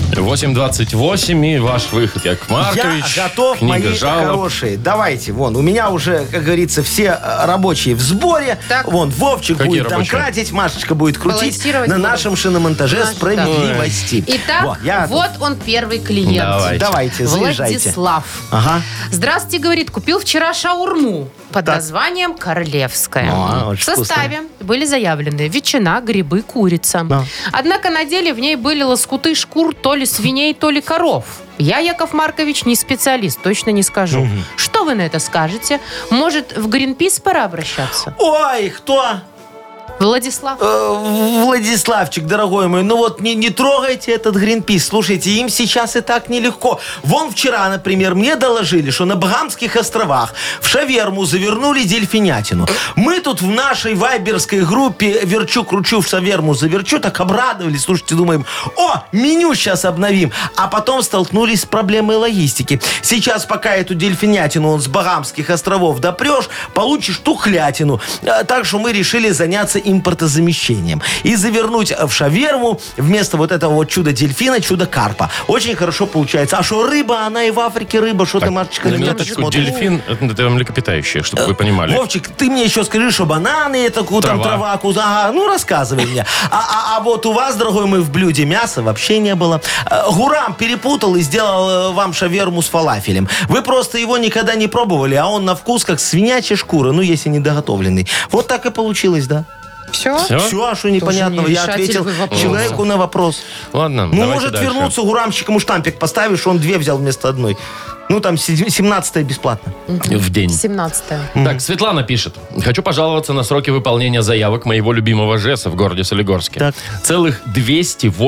Speaker 4: 8.28 и ваш выход, Яков Маркович.
Speaker 3: Я готов,
Speaker 4: Книга
Speaker 3: мои
Speaker 4: жалоб.
Speaker 3: хорошие. Давайте, вон, у меня уже, как говорится, все э, рабочие в сборе.
Speaker 2: Так.
Speaker 3: Вон, Вовчик
Speaker 4: Какие
Speaker 3: будет
Speaker 4: рабочие?
Speaker 3: там кратить, Машечка будет крутить на
Speaker 2: Балансировать буду.
Speaker 3: нашем шиномонтаже
Speaker 2: Наш, да.
Speaker 3: справедливости.
Speaker 2: Итак,
Speaker 3: Во, я-
Speaker 2: вот он первый клиент.
Speaker 4: Давай.
Speaker 3: Давайте, заезжайте.
Speaker 2: Владислав.
Speaker 3: Ага.
Speaker 2: Здравствуйте, говорит, купил вчера шаурму под названием «Королевская».
Speaker 3: Ну, а, очень
Speaker 2: в составе были заявлены ветчина, грибы, курица.
Speaker 3: Да.
Speaker 2: Однако на деле в ней были лоскуты шкур то ли свиней, то ли коров. Я, Яков Маркович, не специалист, точно не скажу. Что вы на это скажете? Может, в Гринпис пора обращаться?
Speaker 3: Ой, кто?
Speaker 2: Владислав.
Speaker 3: Э, Владиславчик, дорогой мой, ну вот не, не трогайте этот Гринпис. Слушайте, им сейчас и так нелегко. Вон вчера, например, мне доложили, что на Багамских островах в шаверму завернули дельфинятину. Мы тут в нашей вайберской группе «Верчу-кручу в шаверму заверчу» так обрадовались. Слушайте, думаем, о, меню сейчас обновим. А потом столкнулись с проблемой логистики. Сейчас пока эту дельфинятину он с Багамских островов допрешь, получишь тухлятину. Э, Так что мы решили заняться импортозамещением и завернуть э, в шаверму вместо вот этого вот чудо-дельфина, чудо-карпа. Очень хорошо получается. А что рыба, она и в Африке рыба. Что ты, Машечка,
Speaker 4: На
Speaker 3: на меня так
Speaker 4: минуточку,
Speaker 3: смотришь?
Speaker 4: дельфин, это, это млекопитающее, чтобы
Speaker 3: Э,
Speaker 4: вы понимали.
Speaker 3: Вовчик, ты мне еще скажи, что бананы, это ку- там
Speaker 4: Трава.
Speaker 3: трава, куза, ага, ну рассказывай мне. А, а- а вот у вас, дорогой мой, в блюде мяса вообще не было. Э, Гурам перепутал и сделал э, вам шаверму с фалафелем. Вы просто его никогда не пробовали, а он на вкус как свинячья шкура, ну если не доготовленный. Вот так и получилось, да?
Speaker 2: Все?
Speaker 4: Все?
Speaker 3: Все, а что непонятного? Я
Speaker 2: решатель
Speaker 3: ответил
Speaker 2: вы вопроса.
Speaker 3: человеку на вопрос.
Speaker 4: Ладно,
Speaker 3: Ну,
Speaker 4: давайте
Speaker 3: может
Speaker 4: дальше.
Speaker 3: вернуться Гурамщик, ему штампик поставишь, он две взял вместо одной. Ну, там 17 бесплатно.
Speaker 4: в день.
Speaker 2: 17
Speaker 4: Так, Светлана пишет. Хочу пожаловаться на сроки выполнения заявок моего любимого ЖЭСа в городе Солигорске.
Speaker 3: Так.
Speaker 4: Целых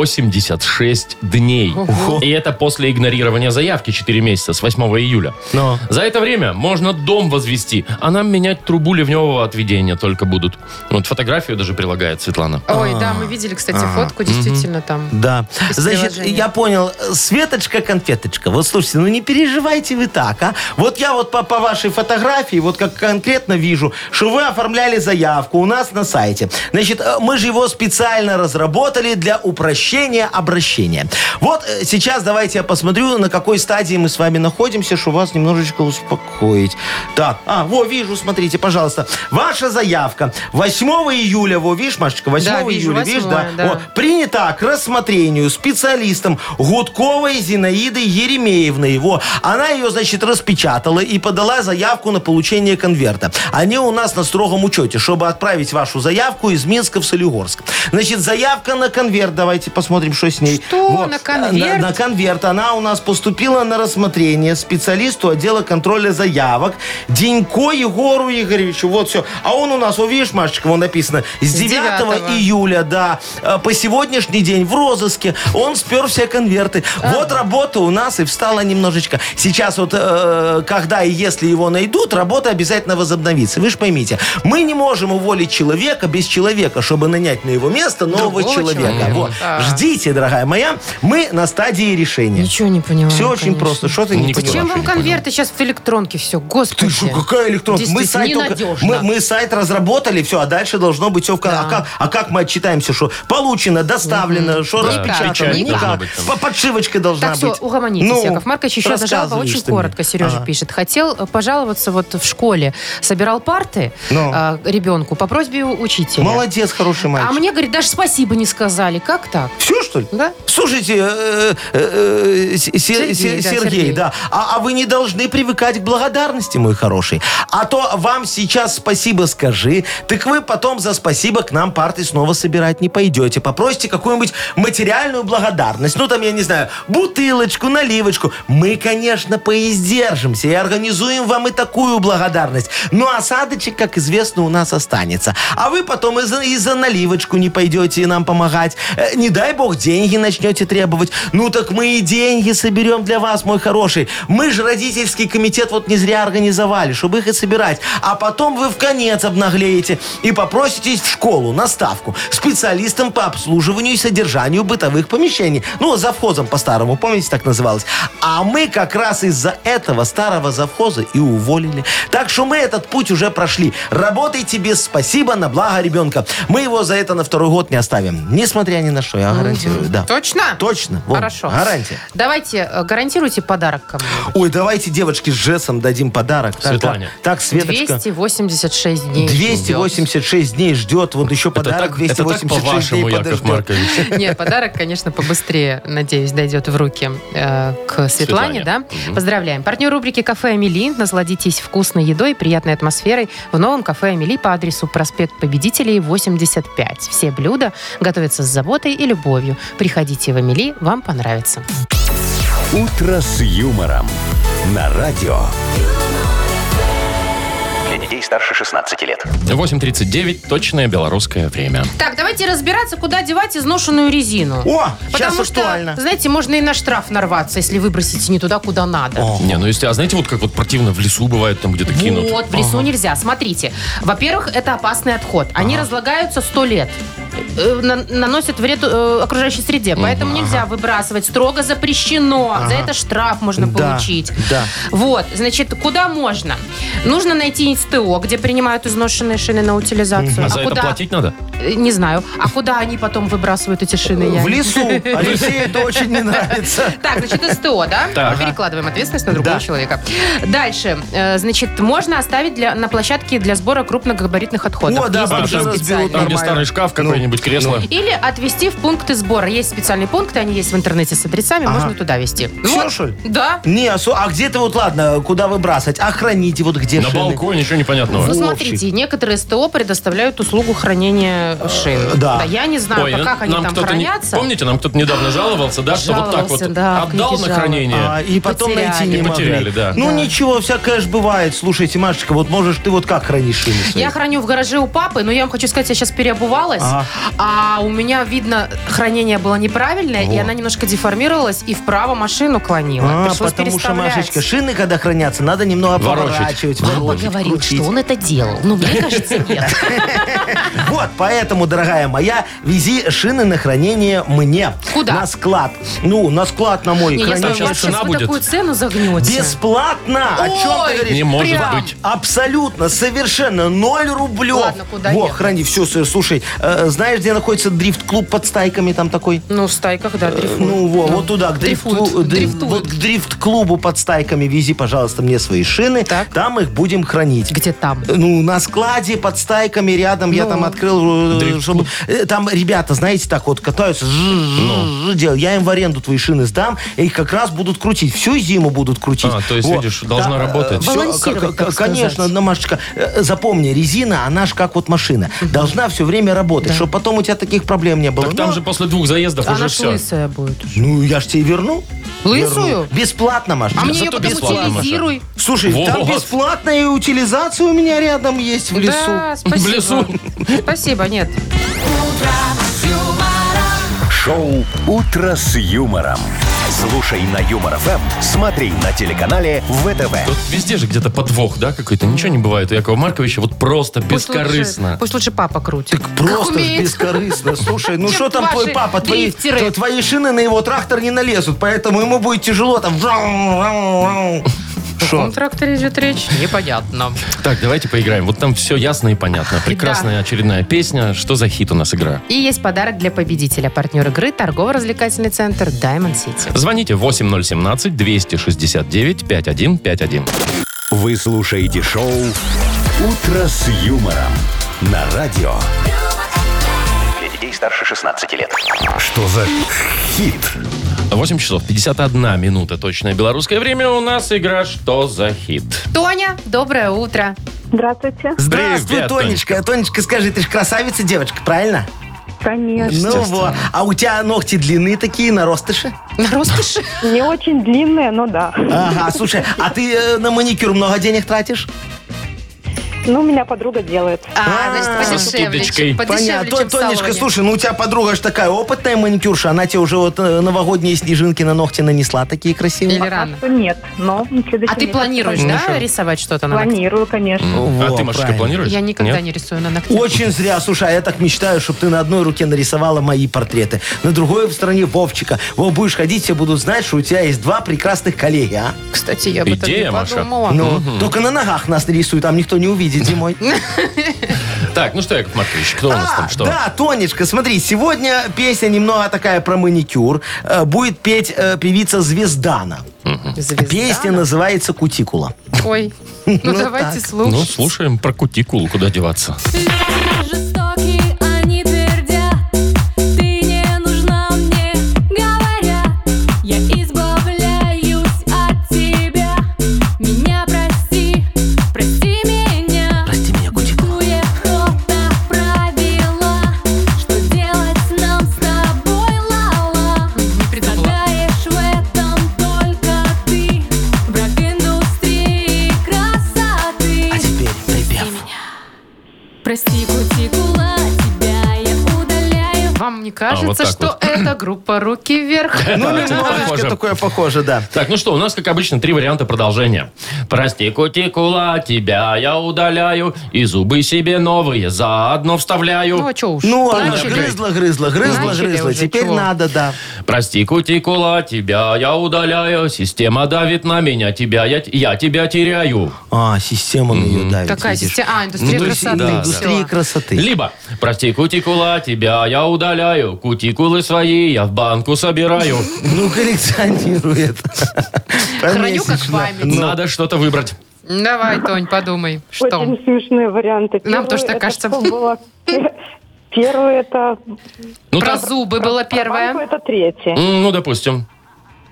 Speaker 4: 286 дней. И это после игнорирования заявки 4 месяца, с 8 июля.
Speaker 3: Но.
Speaker 4: За это время можно дом возвести, а нам менять трубу ливневого отведения только будут. Вот фотографию даже прилагает Светлана.
Speaker 3: А.
Speaker 2: Ой, да, мы видели, кстати, фотку, действительно там.
Speaker 3: Да.
Speaker 2: Из
Speaker 3: Значит,
Speaker 2: приложения.
Speaker 3: я понял, Светочка конфеточка. Вот слушайте, ну не переживайте вы так, а? Вот я вот по, по вашей фотографии, вот как конкретно вижу, что вы оформляли заявку у нас на сайте. Значит, э, мы же его специально разработали для упрощения обращения. Вот э, сейчас давайте я посмотрю, на какой стадии мы с вами находимся, чтобы вас немножечко успокоить. Так, а, во, вижу, смотрите, пожалуйста. Ваша заявка 8 июля, во, видишь, Машечка, 8
Speaker 2: Да, вижу,
Speaker 3: июля, видишь,
Speaker 2: 8, да.
Speaker 3: Во, принята к рассмотрению специалистом Гудковой Зинаиды Еремеевны. Во. Она ее, значит, распечатала и подала заявку на получение конверта. Они у нас на строгом учете, чтобы отправить вашу заявку из Минска в Солигорск. Значит, заявка на конверт. Давайте посмотрим, что с ней.
Speaker 2: Что, на конверт?
Speaker 3: На, на конверт. Она у нас поступила на рассмотрение специалисту отдела контроля заявок Денько Егору Игоревичу. Вот все. А он у нас, вот видишь, Машечка, вон написано, с 9
Speaker 2: 9
Speaker 3: июля, да, э, по сегодняшний день в розыске. Он спер все конверты.
Speaker 2: А.
Speaker 3: Вот работа у нас и встала немножечко. Сейчас вот, э, когда и если его найдут, работа обязательно возобновится. Вы же поймите, мы не можем уволить человека без человека, чтобы нанять на его место нового
Speaker 2: Другого
Speaker 3: человека.
Speaker 2: человека.
Speaker 3: Вот.
Speaker 2: Да.
Speaker 3: Ждите, дорогая моя, мы на стадии решения.
Speaker 2: Ничего не понимаю.
Speaker 3: все очень
Speaker 2: конечно.
Speaker 3: просто. Что ты не
Speaker 4: Никто
Speaker 3: поняла?
Speaker 2: Зачем вам
Speaker 4: не понял.
Speaker 2: конверты сейчас в электронке все? Господи.
Speaker 3: Ты что, какая электронка? Мы
Speaker 2: Действительно,
Speaker 3: сайт, только-
Speaker 2: ненадежно.
Speaker 3: мы, мы сайт разработали, все, а дальше должно быть все в кон-
Speaker 2: Да.
Speaker 3: а, как, а как мы отчитаемся, что получено, доставлено, что
Speaker 4: Да.
Speaker 3: распечатано?
Speaker 4: Печать должна
Speaker 3: Никак.
Speaker 4: быть там.
Speaker 3: По- Подшивочка должна
Speaker 2: Так,
Speaker 3: быть.
Speaker 2: все, угомонитесь,
Speaker 3: Ну,
Speaker 2: Яков Маркович. Еще одна жалоба,
Speaker 3: рассказываешь
Speaker 2: очень
Speaker 3: ты мне.
Speaker 2: коротко, Сережа
Speaker 3: Ага.
Speaker 2: пишет. Хотел э, пожаловаться вот в школе. Собирал парты
Speaker 3: Ну. э,
Speaker 2: э, ребенку по просьбе учителя.
Speaker 3: Молодец, хороший
Speaker 2: А
Speaker 3: мальчик.
Speaker 2: мне, говорит, даже спасибо не сказали. Как так?
Speaker 3: Все, что ли?
Speaker 2: Да?
Speaker 3: Слушайте, э, э, э, Се- Се-
Speaker 2: Сергей,
Speaker 3: Сергей,
Speaker 2: да, Сергей.
Speaker 3: да, а, а вы не должны привыкать к благодарности, мой хороший. А то вам сейчас спасибо скажи, так вы потом за спасибо к нам парты снова собирать не пойдете. Попросите какую-нибудь материальную благодарность. Ну, там, я не знаю, бутылочку, наливочку. Мы, конечно, поиздержимся и организуем вам и такую благодарность. Но осадочек, как известно, у нас останется. А вы потом и за, и за наливочку не пойдете нам помогать. Э, Не дай бог, деньги начнете требовать. Ну так мы и деньги соберем для вас, мой хороший. Мы же родительский комитет вот не зря организовали, чтобы их и собирать. А потом вы в конец обнаглеете и попроситесь в школу на ставку специалистом по обслуживанию и содержанию бытовых помещений. Ну, завхозом по-старому, помните, так называлось. А мы как раз из-за этого старого завхоза и уволили. Так что мы этот путь уже прошли. Работайте без спасибо на благо ребенка. Мы его за это на второй год не оставим. Несмотря ни на что, я А, гарантирую, да.
Speaker 2: Точно?
Speaker 3: Точно. Вон,
Speaker 2: Хорошо.
Speaker 3: Гарантия.
Speaker 2: Давайте, э, гарантируйте подарок ко мне.
Speaker 3: Ой, давайте девочке с Джессом дадим подарок. Так,
Speaker 4: Светлане.
Speaker 3: Так, так, Светочка.
Speaker 2: 286 дней.
Speaker 3: 286 дней ждет, вот еще Ну, подарок
Speaker 4: так- это так
Speaker 3: 286
Speaker 4: по-вашему,
Speaker 3: дней
Speaker 4: Яков
Speaker 3: подождет.
Speaker 4: Маркович.
Speaker 2: Нет, подарок, конечно, побыстрее, надеюсь, дойдет в руки э, к Светлане,
Speaker 4: Светлане.
Speaker 2: да? Поздравляем. Партнер рубрики «Кафе Амели». Насладитесь вкусной едой и приятной атмосферой в новом «Кафе Амели» по адресу проспект Победителей, 85. Все блюда готовятся с заботой и любовью. Приходите в Амели, вам понравится.
Speaker 1: «Утро с юмором» на радио.
Speaker 5: Для детей старше 16 лет.
Speaker 4: 8.39, точное белорусское время.
Speaker 2: Так, давайте разбираться, куда девать изношенную резину.
Speaker 3: О, сейчас
Speaker 2: Потому что,
Speaker 3: актуально.
Speaker 2: знаете, можно и на штраф нарваться, если выбросите не туда, куда надо.
Speaker 4: Не, ну если, а знаете, вот как вот противно в лесу бывает, там где-то кинут.
Speaker 2: Вот, в лесу нельзя. Смотрите. Во-первых, это опасный отход. Они разлагаются сто лет. Э, на- наносят вред э, окружающей среде. Поэтому нельзя выбрасывать. Строго запрещено. За это штраф можно
Speaker 3: Да,
Speaker 2: получить.
Speaker 3: да.
Speaker 2: Вот. Значит, куда можно? Нужно найти СТО, где принимают изношенные шины на утилизацию.
Speaker 4: А за это
Speaker 2: куда?
Speaker 4: платить надо?
Speaker 2: Э, Не знаю. А куда они потом выбрасывают эти шины? я
Speaker 3: В
Speaker 2: не-
Speaker 3: лесу. Алексею это очень не нравится.
Speaker 2: Так, значит, СТО, да?
Speaker 4: Так.
Speaker 2: Перекладываем ответственность на другого
Speaker 3: Да.
Speaker 2: человека. Дальше. Э, Значит, можно оставить для, на площадке для сбора крупногабаритных отходов.
Speaker 3: О, да,
Speaker 2: Есть
Speaker 3: А вообще
Speaker 2: такие
Speaker 3: разберут
Speaker 2: специальные.
Speaker 4: Там, где
Speaker 3: Нормально.
Speaker 4: старый шкаф
Speaker 3: Ну.
Speaker 4: какой-нибудь кресло.
Speaker 2: Или отвезти в пункты сбора. Есть специальные пункты, они есть в интернете с адресами, можно туда везти. Ну
Speaker 3: Все, что ли?
Speaker 2: Да.
Speaker 3: Ну, Не, а, со- а где-то вот, ладно, куда выбрасывать? А храните вот где
Speaker 4: На
Speaker 3: шины?
Speaker 4: балконе ничего непонятного.
Speaker 2: Ну,
Speaker 3: Вовчик.
Speaker 2: смотрите, некоторые СТО предоставляют услугу хранения шин.
Speaker 3: да.
Speaker 2: Я не знаю,
Speaker 4: Ой,
Speaker 2: а как они
Speaker 4: нам
Speaker 2: там
Speaker 4: кто-то не-
Speaker 2: хранятся.
Speaker 4: Помните, нам кто-то недавно жаловался, да, что вот так
Speaker 2: Жаловался,
Speaker 4: вот
Speaker 2: да,
Speaker 4: отдал
Speaker 2: в книге
Speaker 4: на
Speaker 2: жалоб.
Speaker 3: А,
Speaker 4: хранение.
Speaker 3: и потом
Speaker 2: Потеряли.
Speaker 3: найти не
Speaker 4: И
Speaker 3: могли.
Speaker 4: потеряли, да.
Speaker 3: Ну
Speaker 2: Да.
Speaker 3: ничего, всякое ж бывает. Слушайте, Машечка, вот можешь ты вот как хранишь шины свои?
Speaker 2: Я храню в гараже у папы, но я вам хочу сказать, я сейчас переобувалась,
Speaker 3: Ага.
Speaker 2: а у меня, видно, хранение было неправильное, и она немножко деформировалась и вправо машину клонила.
Speaker 3: А,
Speaker 2: Ну, Пришлось
Speaker 3: потому что,
Speaker 2: переставлять.
Speaker 3: Машечка, шины, когда хранятся, надо немного
Speaker 4: Ворочать.
Speaker 3: поворачивать.
Speaker 2: Папа
Speaker 3: ворочать,
Speaker 2: говорил,
Speaker 3: крутить.
Speaker 2: что он это делал. Ну, мне кажется, нет.
Speaker 3: Вот, поэтому, дорогая моя, вези шины на хранение мне.
Speaker 2: Куда?
Speaker 3: На склад. Ну, на склад на мой.
Speaker 2: Не, если
Speaker 3: хранить.
Speaker 2: у вас
Speaker 4: сейчас цена
Speaker 2: сейчас вы
Speaker 4: будет.
Speaker 2: такую цену загнете.
Speaker 3: Бесплатно! О чем ты
Speaker 2: Ой,
Speaker 3: говоришь?
Speaker 4: Не может
Speaker 2: прям.
Speaker 4: быть.
Speaker 3: Абсолютно, совершенно, ноль рублев.
Speaker 2: Ладно, куда
Speaker 3: Во,
Speaker 2: ехать?
Speaker 3: храни, все, слушай, э, знаешь, где находится дрифт-клуб под стайками там такой?
Speaker 2: Ну, в стайках, да,
Speaker 3: Э,
Speaker 2: дрейфуют.
Speaker 3: Ну, во, вот туда, к
Speaker 2: Дрейфуют,
Speaker 3: дрифт-клу- дрифт-
Speaker 2: дрифтуют.
Speaker 3: вот к дрифт-клубу под стайками вези, пожалуйста, мне свои шины.
Speaker 2: Так.
Speaker 3: Там их будем хранить.
Speaker 2: Где там?
Speaker 3: Ну, на складе под стайками рядом
Speaker 2: Ну,
Speaker 3: я там открыл, э, чтобы- э, там ребята, знаете, так вот катаются,
Speaker 4: Ну.
Speaker 3: жжж, делают. Я им в аренду твои шины сдам, и как раз будут крутить. Всю зиму будут крутить. э,
Speaker 4: А, то есть, видишь, должна работать.
Speaker 3: всё,
Speaker 2: Балансировать,
Speaker 3: к- к-
Speaker 2: так
Speaker 3: Конечно,
Speaker 2: сказать.
Speaker 3: ну, Машечка, э, запомни, резина, она же как вот машина. Должна все время работать, чтобы потом у тебя таких проблем не было.
Speaker 4: Так там
Speaker 3: Но-
Speaker 4: же после двух заездов
Speaker 2: Она
Speaker 4: уже
Speaker 2: ж
Speaker 4: все.
Speaker 2: лысая будет.
Speaker 3: Ну, я ж тебе верну.
Speaker 2: Лысую?
Speaker 3: Верну. Бесплатно, Машечка.
Speaker 2: А мне ее
Speaker 4: зато
Speaker 2: потом
Speaker 4: бесплатно, Маша.
Speaker 2: утилизируй.
Speaker 3: Слушай, там
Speaker 4: Вот.
Speaker 3: бесплатная утилизация у меня рядом есть в лесу.
Speaker 2: Да, спасибо.
Speaker 4: В лесу.
Speaker 2: Спасибо, нет.
Speaker 1: Шоу «Утро с юмором». Слушай на Юмор ФМ, смотри на телеканале ВТВ.
Speaker 4: Вот везде же где-то подвох, да, какой-то. Ничего не бывает у Якова Марковича. Вот просто
Speaker 2: Пусть лучше-
Speaker 4: бескорыстно.
Speaker 2: Пусть лучше папа крутит.
Speaker 3: Так просто ж
Speaker 2: умеет.
Speaker 3: бескорыстно. Слушай, ну
Speaker 2: Чем
Speaker 3: что там твой
Speaker 2: ваши
Speaker 3: папа? Твои,
Speaker 2: дрифтеры?
Speaker 3: то твои шины на его трактор не налезут, поэтому ему будет тяжело там.
Speaker 2: О каком
Speaker 3: Что?
Speaker 2: тракторе идет речь? Непонятно.
Speaker 4: Так, давайте поиграем. Вот там все ясно и понятно. Прекрасная очередная песня. Что за хит у нас игра?
Speaker 2: И есть подарок для победителя. Партнер игры торгово-развлекательный центр Diamond City.
Speaker 4: Звоните 8017-269-5151.
Speaker 1: Вы слушаете шоу «Утро с юмором» на радио.
Speaker 5: Для детей старше 16 лет.
Speaker 1: Что за хит?
Speaker 4: 8 часов 51 минута точное белорусское время. У нас игра «Что за хит?».
Speaker 2: Тоня, доброе утро.
Speaker 6: Здравствуйте.
Speaker 3: Здравствуй,
Speaker 4: Привет,
Speaker 3: Тонечка. Тонечка, скажи, ты же красавица девочка, правильно?
Speaker 6: Конечно.
Speaker 3: Ну
Speaker 4: Естественно.
Speaker 3: вот. А у тебя ногти длинные такие, наростыши?
Speaker 2: На роскоши.
Speaker 6: Не очень длинная, но да.
Speaker 3: Ага, слушай, а ты э, на маникюр много денег тратишь?
Speaker 6: Ну, меня подруга делает.
Speaker 2: А,
Speaker 3: А,
Speaker 2: значит, подешевле.
Speaker 4: студочкой.
Speaker 2: чем- Подешевле,
Speaker 3: Тон-
Speaker 2: чем в
Speaker 3: Тонечка,
Speaker 2: салоне.
Speaker 3: слушай, ну у тебя подруга же такая опытная маникюрша, она тебе уже вот э, новогодние снежинки на ногти нанесла, такие красивые.
Speaker 2: Или рано.
Speaker 6: Что Э, нет, но на следующий
Speaker 2: А ты
Speaker 6: месяц
Speaker 2: планируешь,
Speaker 6: планирую.
Speaker 2: да, рисовать что-то на ногте?
Speaker 6: Планирую, конечно.
Speaker 4: а
Speaker 3: Во,
Speaker 4: ты, Машечка,
Speaker 3: правильно.
Speaker 4: планируешь?
Speaker 2: Я никогда
Speaker 4: Нет?
Speaker 2: не рисую на ногте.
Speaker 3: Очень зря, слушай, а я так мечтаю, чтобы ты на одной руке нарисовала мои портреты, на другой в стороне Вовчика. Во, будешь ходить, все будут знать, что у тебя есть два прекрасных коллеги, а?
Speaker 2: Кстати, я об этом не
Speaker 4: Идея, Маша.
Speaker 2: подумала.
Speaker 3: Ну, только на ногах нас нарисуй, там никто не увидит зимой.
Speaker 4: Так, ну что, Яков Маркович, кто у нас
Speaker 3: А,
Speaker 4: там что?
Speaker 3: Да, Тонечка, смотри, сегодня песня немного такая про маникюр. Э, Будет петь э, певица Звездана.
Speaker 2: Звезда.
Speaker 3: Песня называется «Кутикула».
Speaker 2: Ой, ну давайте слушать.
Speaker 4: Ну, слушаем про кутикулу, куда деваться.
Speaker 8: Жестокие они твердят, а ты не нужна мне, говорят, я избавляюсь от тебя. Меня прости, прости меня. Прости меня, кто-то Ну, правила, что делать нам с тобой, лала. Страдаешь в этом только ты, враг индустрии красоты.
Speaker 3: А теперь припев.
Speaker 8: Прости, кутикула, тебя я удаляю.
Speaker 2: Вам не
Speaker 4: А, вот
Speaker 2: кажется,
Speaker 4: так
Speaker 2: что это группа «Руки вверх»?
Speaker 3: Ну,
Speaker 4: это похоже.
Speaker 3: немножечко такое похоже, да.
Speaker 4: Так, ну что, у нас, как обычно, три варианта продолжения. Прости, кутикула, тебя я удаляю, и зубы себе новые заодно вставляю.
Speaker 2: Ну, а что уж.
Speaker 3: Ну, она
Speaker 2: Начали.
Speaker 4: же
Speaker 3: грызла, грызла, грызла,
Speaker 2: Начали
Speaker 3: грызла.
Speaker 2: уже,
Speaker 3: Теперь
Speaker 2: чего?
Speaker 3: надо, да.
Speaker 4: Прости, кутикула, тебя я удаляю, система давит на меня, тебя я, я тебя теряю.
Speaker 3: А, система на ее давит.
Speaker 2: Какая
Speaker 3: видишь.
Speaker 2: система? А, индустрия
Speaker 4: Ну, то есть,
Speaker 2: красоты.
Speaker 4: да,
Speaker 3: Индустрия
Speaker 2: Всё.
Speaker 3: красоты.
Speaker 4: Либо, прости, кутикула, тебя я удаляю, кутикулы свои я в банку собираю.
Speaker 3: Ну, коллекционирует.
Speaker 2: Храню как
Speaker 3: Помесячно.
Speaker 2: память.
Speaker 4: Надо что-то выбрать.
Speaker 2: Давай, Тонь, подумай. Что?
Speaker 6: Очень смешные варианты.
Speaker 2: Нам тоже так
Speaker 6: это
Speaker 2: кажется.
Speaker 6: что было? Первый это...
Speaker 4: Ну,
Speaker 2: Про
Speaker 4: там-
Speaker 2: зубы было
Speaker 6: банку
Speaker 2: первое.
Speaker 6: это третье.
Speaker 4: М, ну, допустим.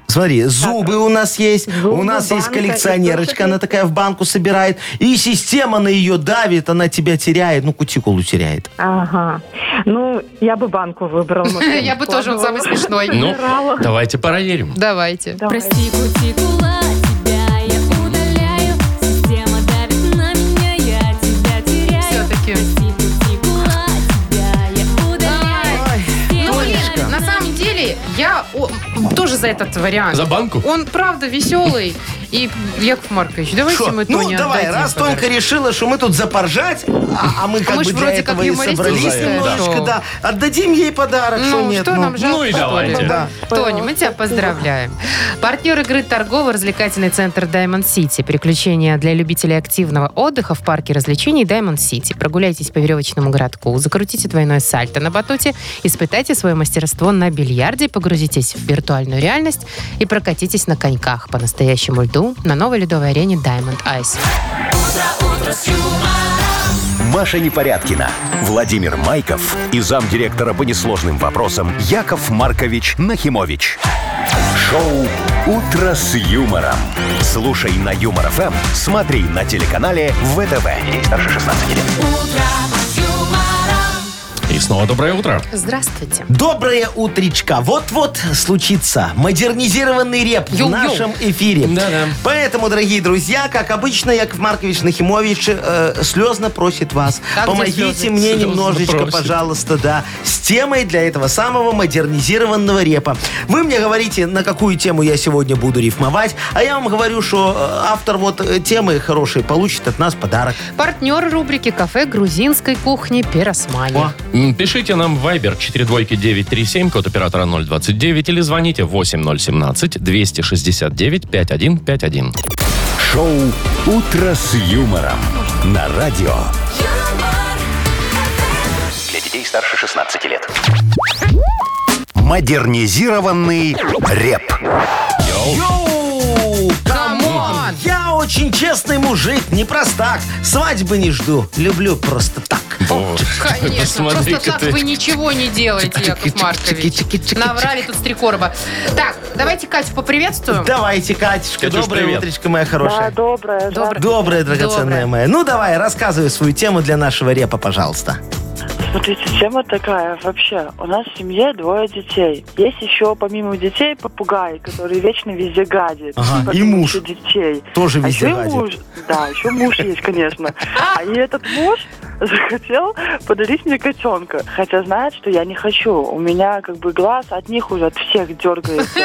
Speaker 3: Смотри, зубы у нас есть,
Speaker 6: Зубы,
Speaker 3: у нас есть
Speaker 6: банка, и
Speaker 3: коллекционерочка,
Speaker 6: что-то
Speaker 3: она такая в банку собирает, и система на ее давит, она тебя теряет, ну, кутикулу теряет.
Speaker 6: Ага. Ну, я бы банку выбрала. может,
Speaker 2: Я бы тоже, он самый
Speaker 6: складывала.
Speaker 2: смешной.
Speaker 4: Ну,
Speaker 6: Выбирала.
Speaker 4: давайте проверим.
Speaker 2: Давайте.
Speaker 6: Давай.
Speaker 8: Прости, кутикула, тебя я удаляю. Система давит на меня, я тебя теряю.
Speaker 2: Всё-таки.
Speaker 8: Прости, кутикула, тебя я удаляю.
Speaker 2: Ну,
Speaker 8: Система
Speaker 2: блин,
Speaker 8: давит
Speaker 2: на самом деле, я о, тоже за этот вариант.
Speaker 4: За банку?
Speaker 2: Он правда веселый. И, Яков Маркович, давайте
Speaker 3: Шо?
Speaker 2: мы
Speaker 3: ну,
Speaker 2: Тоне
Speaker 3: давай,
Speaker 2: отдадим
Speaker 3: раз
Speaker 2: подарок.
Speaker 3: Тонька решила, что мы тут запоржать, а, а мы как
Speaker 2: мы ж
Speaker 3: бы для
Speaker 2: вроде как
Speaker 3: этого и собрались
Speaker 2: юмористическое
Speaker 3: немножечко,
Speaker 2: шоу.
Speaker 3: да. Отдадим ей подарок, что
Speaker 2: Ну,
Speaker 3: нет.
Speaker 2: что
Speaker 3: ну.
Speaker 2: нам жалко,
Speaker 4: а Ну и
Speaker 2: что ли?
Speaker 4: давайте.
Speaker 3: Да.
Speaker 2: Тоня, мы тебя поздравляем. Партнер игры торгово-развлекательный центр Diamond City. Приключения для любителей активного отдыха в парке развлечений Diamond City. Прогуляйтесь по веревочному городку, закрутите двойное сальто на батуте, испытайте свое мастерство на бильярде, погрузитесь в виртуальную реальность и прокатитесь на коньках по настоящему льду на новой ледовой арене Diamond Ice.
Speaker 1: Маша Непорядкина, Владимир Майков и замдиректора по несложным вопросам Яков Маркович Нахимович. Шоу «Утро с юмором». Слушай на Юмор ФМ, смотри на телеканале ВТВ. Здесь старше 16 лет.
Speaker 4: И снова доброе утро.
Speaker 2: Здравствуйте.
Speaker 3: Доброе утречка. Вот-вот случится модернизированный реп
Speaker 2: Йоу-йоу.
Speaker 3: в нашем эфире.
Speaker 4: Да-да.
Speaker 3: Поэтому, дорогие друзья, как обычно, Яков Маркович Нахимович э, слезно просит вас.
Speaker 2: А где слезы?
Speaker 3: помогите мне
Speaker 4: Слезно
Speaker 3: немножечко,
Speaker 4: просит.
Speaker 3: пожалуйста, да, с темой для этого самого модернизированного репа. Вы мне говорите, на какую тему я сегодня буду рифмовать, а я вам говорю, что э, автор вот э, темы хорошей получит от нас подарок.
Speaker 2: Партнер рубрики «Кафе грузинской кухни Пиросмани».
Speaker 4: М, Пишите нам в Viber 42937, код оператора 029, или звоните 8017-269-5151.
Speaker 1: Шоу «Утро с юмором» на радио.
Speaker 5: Для детей старше 16 лет.
Speaker 1: Модернизированный реп.
Speaker 3: Йоу!
Speaker 2: Камон!
Speaker 3: Я очень честный мужик, не простак. Свадьбы не жду, люблю просто так.
Speaker 2: Конечно,
Speaker 4: Посмотри-ка
Speaker 2: просто так
Speaker 4: ты.
Speaker 2: вы ничего не делаете, Яков Маркович. Наврали тут с три короба. Так, давайте Катю поприветствуем.
Speaker 3: Давайте, Катюшка,
Speaker 4: Катюш,
Speaker 3: доброе
Speaker 4: привет.
Speaker 3: утречко, моя
Speaker 6: Да,
Speaker 3: хорошая.
Speaker 6: доброе. да.
Speaker 2: Доброе.
Speaker 3: Доброе, драгоценная
Speaker 2: Доброе.
Speaker 3: моя. Ну, давай, рассказывай свою тему для нашего репа, пожалуйста.
Speaker 9: Смотрите, тема такая вообще. У нас в семье двое детей. Есть еще помимо детей попугай, который вечно везде гадит.
Speaker 3: Ага,
Speaker 9: Потому
Speaker 3: и муж.
Speaker 9: что детей.
Speaker 3: Тоже
Speaker 9: А
Speaker 3: везде
Speaker 9: еще и
Speaker 3: гадит.
Speaker 9: муж. Да, еще муж есть, конечно. А и этот муж захотел подарить мне котенка. Хотя знает, что я не хочу. У меня как бы глаз от них уже от всех дергается.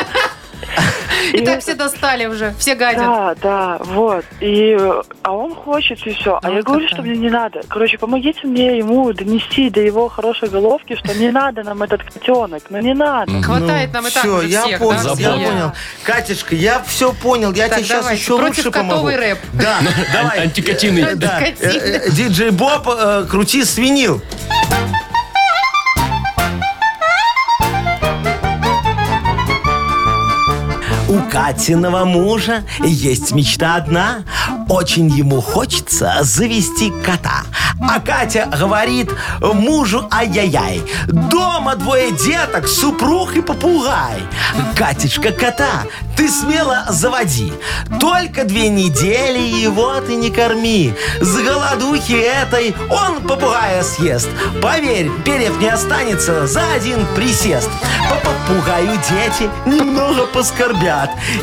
Speaker 2: И так
Speaker 9: это-
Speaker 2: все достали уже, все гадят.
Speaker 9: да, да, вот. И, э, а он хочет, и все. А
Speaker 2: Ну,
Speaker 9: я
Speaker 2: вот
Speaker 9: говорю,
Speaker 2: это
Speaker 9: что
Speaker 2: да.
Speaker 9: мне не надо. Короче, помогите мне ему донести до его хорошей головки, что не надо нам этот котенок. Ну не надо.
Speaker 2: Хватает нам и так
Speaker 3: Все,
Speaker 2: уже
Speaker 3: Ну, я
Speaker 2: всех. да,
Speaker 3: понял, я
Speaker 2: всех?
Speaker 3: понял. Катюшка, я все понял, я
Speaker 2: Так,
Speaker 3: тебе сейчас
Speaker 2: давайте,
Speaker 3: еще
Speaker 2: против
Speaker 3: лучше помогу.
Speaker 2: котовый рэп.
Speaker 3: Да, давай.
Speaker 4: Антикотиный.
Speaker 3: Э, да.
Speaker 2: Антикотин.
Speaker 3: Э, э, Диджей Боб, э, крути свинил. У Катиного мужа есть мечта одна. Очень ему хочется завести кота. А Катя говорит мужу ай-яй-яй. Дома двое деток, супруг и попугай. Катечка кота, ты смело заводи. Только две недели его ты не корми. С голодухи этой он попугая съест. Поверь, перьев не останется за один присест. По попугаю дети немного поскорбят.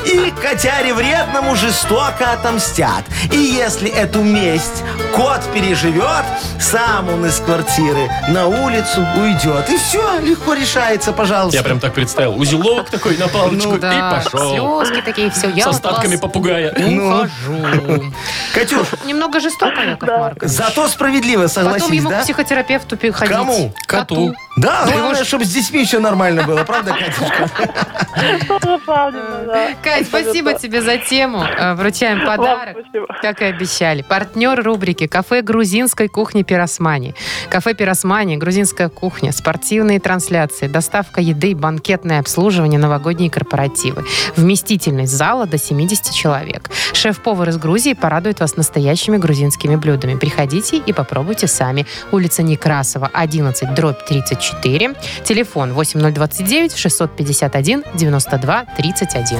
Speaker 3: И котяре вредному жестоко отомстят. И если эту месть кот переживет, сам он из квартиры на улицу уйдет. И все, легко решается, пожалуйста.
Speaker 4: Я прям так представил. Узелок такой на палочку
Speaker 3: Ну
Speaker 4: и
Speaker 2: Да,
Speaker 4: пошел.
Speaker 2: слезки такие, все, я
Speaker 4: С
Speaker 2: от
Speaker 4: остатками
Speaker 2: вас
Speaker 4: попугая.
Speaker 2: ухожу.
Speaker 3: Катюш,
Speaker 2: Немного жестоко, Яков Маркович.
Speaker 3: зато справедливо, согласись,
Speaker 2: Потом ему
Speaker 3: да?
Speaker 2: к психотерапевту пи- ходить.
Speaker 3: Кому?
Speaker 4: Коту.
Speaker 3: Да, главное, чтобы с детьми все нормально было, правда, Катюшка?
Speaker 6: Тоже правильно, да.
Speaker 2: Э, Кать, спасибо тебе за тему. Э, Вручаем подарок.
Speaker 6: Вам спасибо.
Speaker 2: Как и обещали. Партнер рубрики «Кафе грузинской кухни Пиросмани». Кафе Пиросмани, грузинская кухня, спортивные трансляции, доставка еды, банкетное обслуживание, новогодние корпоративы. Вместительность зала до 70 человек. Шеф-повар из Грузии порадует вас настоящими грузинскими блюдами. Приходите и попробуйте сами. Улица Некрасова, 11, дробь 34. Телефон 8029 651 92 31.